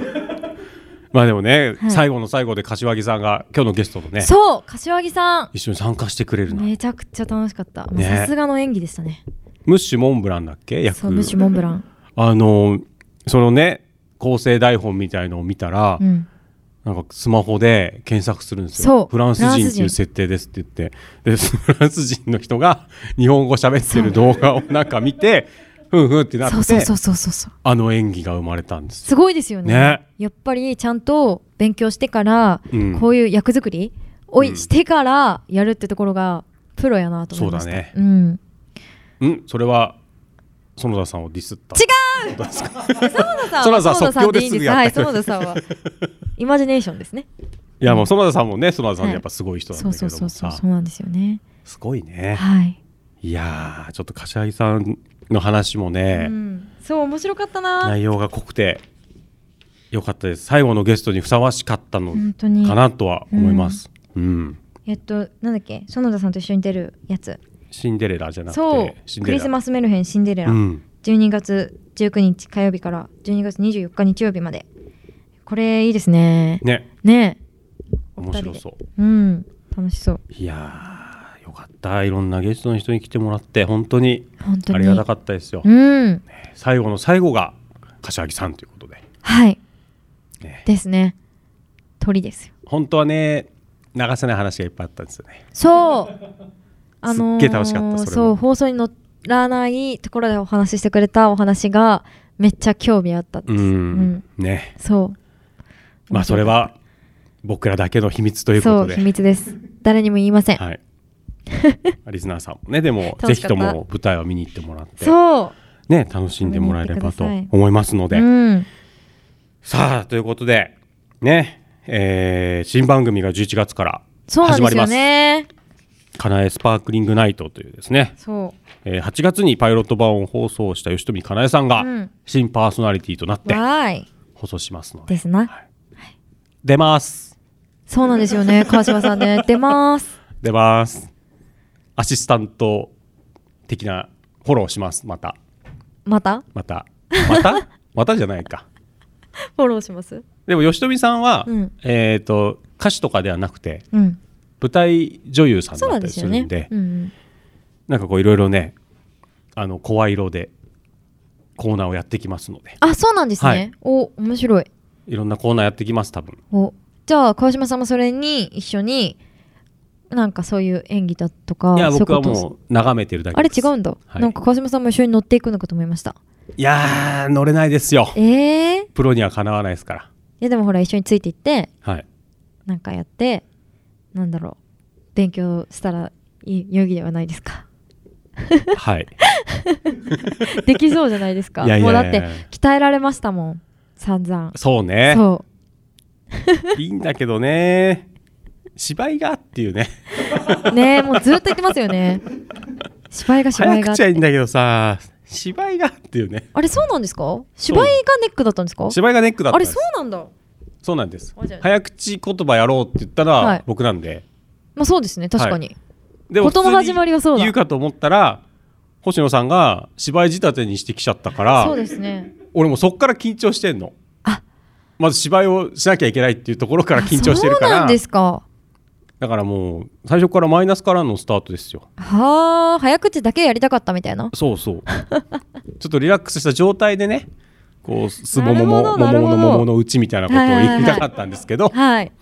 まあでもね、はい最後の最後で柏木さんが今日のゲストとかねそう柏木さん一緒に参加してくれるのめちゃくちゃ楽しかった。もうねさすがの演技でしたね。ムッシュモンブランだっけ役そう、ムッシュモンブラン。あのそのね構成台本みたいのを見たら、うんなんかスマホで検索するんですそうよフランス人ってフいランうス人設定ですって言ってでフランス人の人が 日本語喋ってる動画をなんか見 てふんふんってなってそうそうそうそうそうそう。あの演技が生まれたんですすごいですよね。ねやっぱりちゃんと勉強してから、うんこういう役作りをうんしてからやるってところがプロやなと思いましそた。うだねうん。んそれは園田さんをディスった違うどうですか園田さんは園田さん即興園田さんででいいすでぐすやったはい園田さんはイマジネーションですね。いやもう園田さんもね園田さんはいやっぱすごい人なんだそうけそうどそもうそうさそうなんですよね。すごいね、はい、やーちょっと柏木さんの話もね、うん、そう面白かったな。内容が濃くて良かったです最後のゲストにふさわしかったの本当にかなとは思います、うんえっとなんだっけ園田さんと一緒に出るやつ。シンデレラじゃなくてそうシンクデレリラスマスメルヘンシンデレラ。うん12月19日火曜日から12月24日日曜日まで。これいいですね。ねねお面二人で白そううん楽しそう。いやーよかったいろんなゲストの人に来てもらって本当に本当あにりがたかったですよ、うん最後の最後が柏木さんということではい、ですね。鳥ですよ。本当はね流せない話がいっぱいあ ったんですよねそう。あのすっげえ楽しかったそれもそう放送に乗らないところでお話ししてくれたお話がめっちゃ興味あったんです。うんうんねそう。まあそれは僕らだけの秘密というこそとうで秘密です。誰にも言いません。はい。リスナーさんもねでもぜ楽しひかったとも舞台を見に行ってもらってそう。ね楽しんでもらえればと見に行ってください思いますので、うん。さあということでね、えー新番組が11月からそうなん始でますりよます。ね。かなえスパークリングナイトというですね、そえー8月にパイロット版を放送した吉富かなえさんがうん新パーソナリティとなっう。てわーい。放送しますのでですな。出ますそうなんです よね。川島さんね。出ます。出ますアシスタント的なフォローしますまたまたまたま たまたじゃないかフォローしますでも吉富さんは、うんえっ、と歌手とかではなくて、うん舞台女優さんだそうなっんたでりすするよんでね。うんなんかこういろいろねあの声色でコーナーをやってきますのであ、そうなんですね。はいお、面白い。いろんなコーナーやってきます多分お、じゃあ川島さんもそれに一緒に、なんかそういう演技だとか、いやそういう僕はこともう眺めてるだあけれで違すうんだ、はいなんか川島さんも一緒に乗っていくのかと思いました。いやー乗れないですよえー、いプロにはかなわないですからやでもほら一緒についていって、はいなんかやって、なんだろう、勉強したらいい良いではないですか。 はいできそうじゃないですか。いやいやいやいもうやだって鍛えられましたもん、散々。そうねそいいんだけどね芝居がっていうねう。ねえもうずっと言ってます よね。芝居が芝居早がくっちゃて。いいんだけどさ芝居がっていうねあれそうなんですか芝居がネックだったんですか芝居がネックだったあんでれすそうなんだ。そうなんですあじゃあ早口言葉やろうって言ったはらい僕なんでまあそうですね、確かに。はでも事普通のに始まりはそうだ言うかと思ったら星野さんが芝居仕立てにしてきちゃったからそうですね。俺もうそっから緊張してんのまず芝居をしなきゃいけないっていうところから緊張してるかそうならんですか。だからもう最初からマイナスからのスタートですよはあ、早口だけやりたかったみたいな。そうそう ちょっとリラックスした状態でねこうすもなもるほもどもなるほもどのもものうちみたいなことを言いたかったんですけど、はい。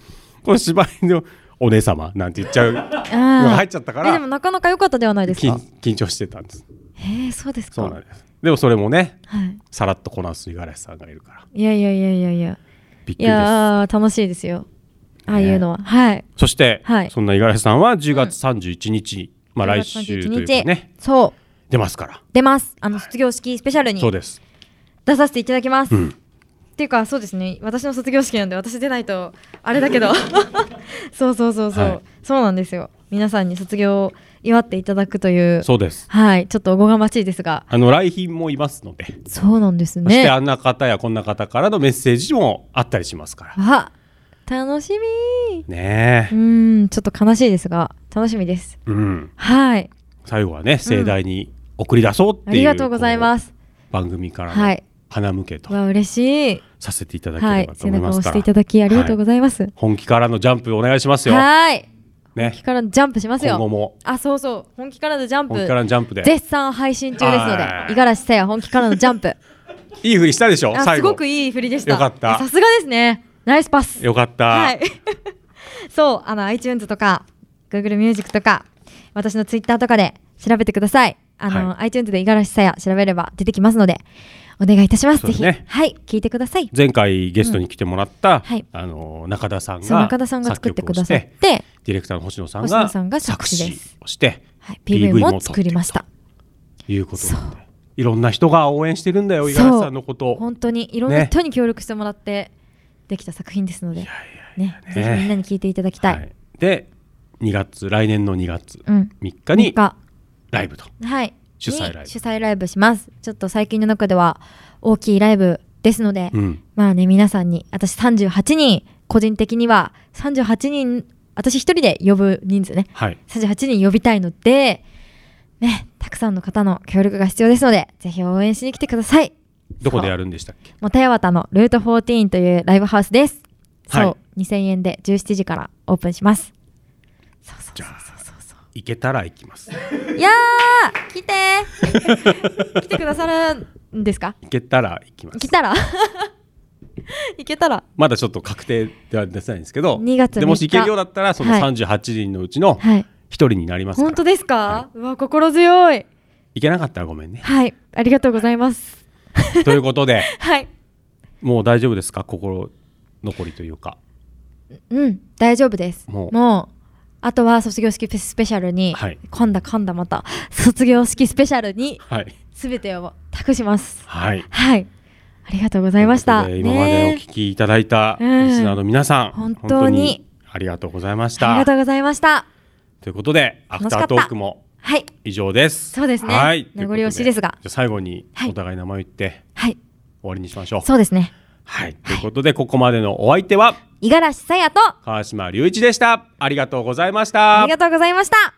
この芝居のお姉様なんて言っちゃうのがあー入っちゃったかえでらもなかなか良かったではないです緊か。緊張してたんですへえ、そうですか。そうなんですでもそれもね、はいさらっとこなす五十嵐さんがいるからいやいやいやいやいや。びっくいりですやー楽しいですよ。ああいうのは、はい。そして、はいそんな五十嵐さんは10月31日に、まあ来10週月と31いう日かねそう出ますから出ます。あの卒業式スペシャルにそうです出させていただきます。うんっていうかそうですね私の卒業式なんで私出ないとあれ だけどそうそうそうそう、はいそうなんですよ皆さんに卒業を祝っていただくというそうですはいちょっとおこがましいですがあの来賓もいますのでそうなんですそしてあねんな方やこんな方からのメッセージもあったりしますからあ楽しみねうーんちょっと悲しいですが楽しみですえ、うん、はい最後はね盛大に送り出そうっていう、ありがとうございます番組からはのい花向けとわ嬉しいさせていただけはれいばと背思い中をますか押しら、ていただきありがとうございます本気からのジャンプお願いしますよ、はいね、からのジャンプしますよ今後もあそうそう本気からのジャンプ本気からのジャンプで絶賛配信中ですのではい五十嵐さや本気からのジ ャンプいいふりしたでしょあ最すご後くいい振りでしたよかったさすがですねナイスパスよかった、はい そうあの iTunes とか Google ミュージックとか私の Twitter とかで調べてくださいあの、iTunes で五十嵐さや調べれば出てきますのでお願いいたしますそうですねぜひはい聞いてください前回ゲストに来てもらった、はいあの中田さんがそう中田さんが作ってくださっ作曲をしてディレクターの星野さん星野がさんが作詞で詞すをして、 PV もと作りましたいうことなんでいろんな人が応援してるんだよ五十そ嵐うさんのことを本当にいろんなね人に協力してもらってできた作品ですのでねいやぜひみんなに聞いていただきたい、で2月来年の2月うん3日に三日ライブと、はい、主催ライブに主催ライブしますちょっと最近の中では大きいライブですので、うんまあね皆さんに私38人個人的には38人私一人で呼ぶ人数ね、はい38人呼びたいのでねたくさんの方の協力が必要ですのでぜひ応援しに来てくださいどこでやるんでしたっけもたやわたのルート14というライブハウスですそう、は2000円で17時からオープンします行けたら行きますいやー来て ー来てくださるんですか行けたら行きます来たら 行けたらまだちょっと確定では出せないんですけど2月3日でもし行けるようだったらそのはい38人のうちのはい1人になりますから、本当ですか、うわ心強い行けなかったらごめんね はいありがとうございますということではいもう大丈夫ですか心残りというかうん大丈夫ですももううあとは卒業式スペシャルに、はい今度今度また卒業式スペシャルにはい全てを託しますはいはいありがとうございました今までおね聞きいただいたリスナーの皆さん、本当にありがとうございましあたりがとうございました。ということでアフ楽タしかっーたトークもはい。以上ですそうですねはい名残惜しいですがとうことじゃあ最後にはいお互い名前を言って、はい終わりにしましょうそうですね。はいということでここまでのお相手は五十嵐さやと、川島隆一でしたありがとうございましたありがとうございました。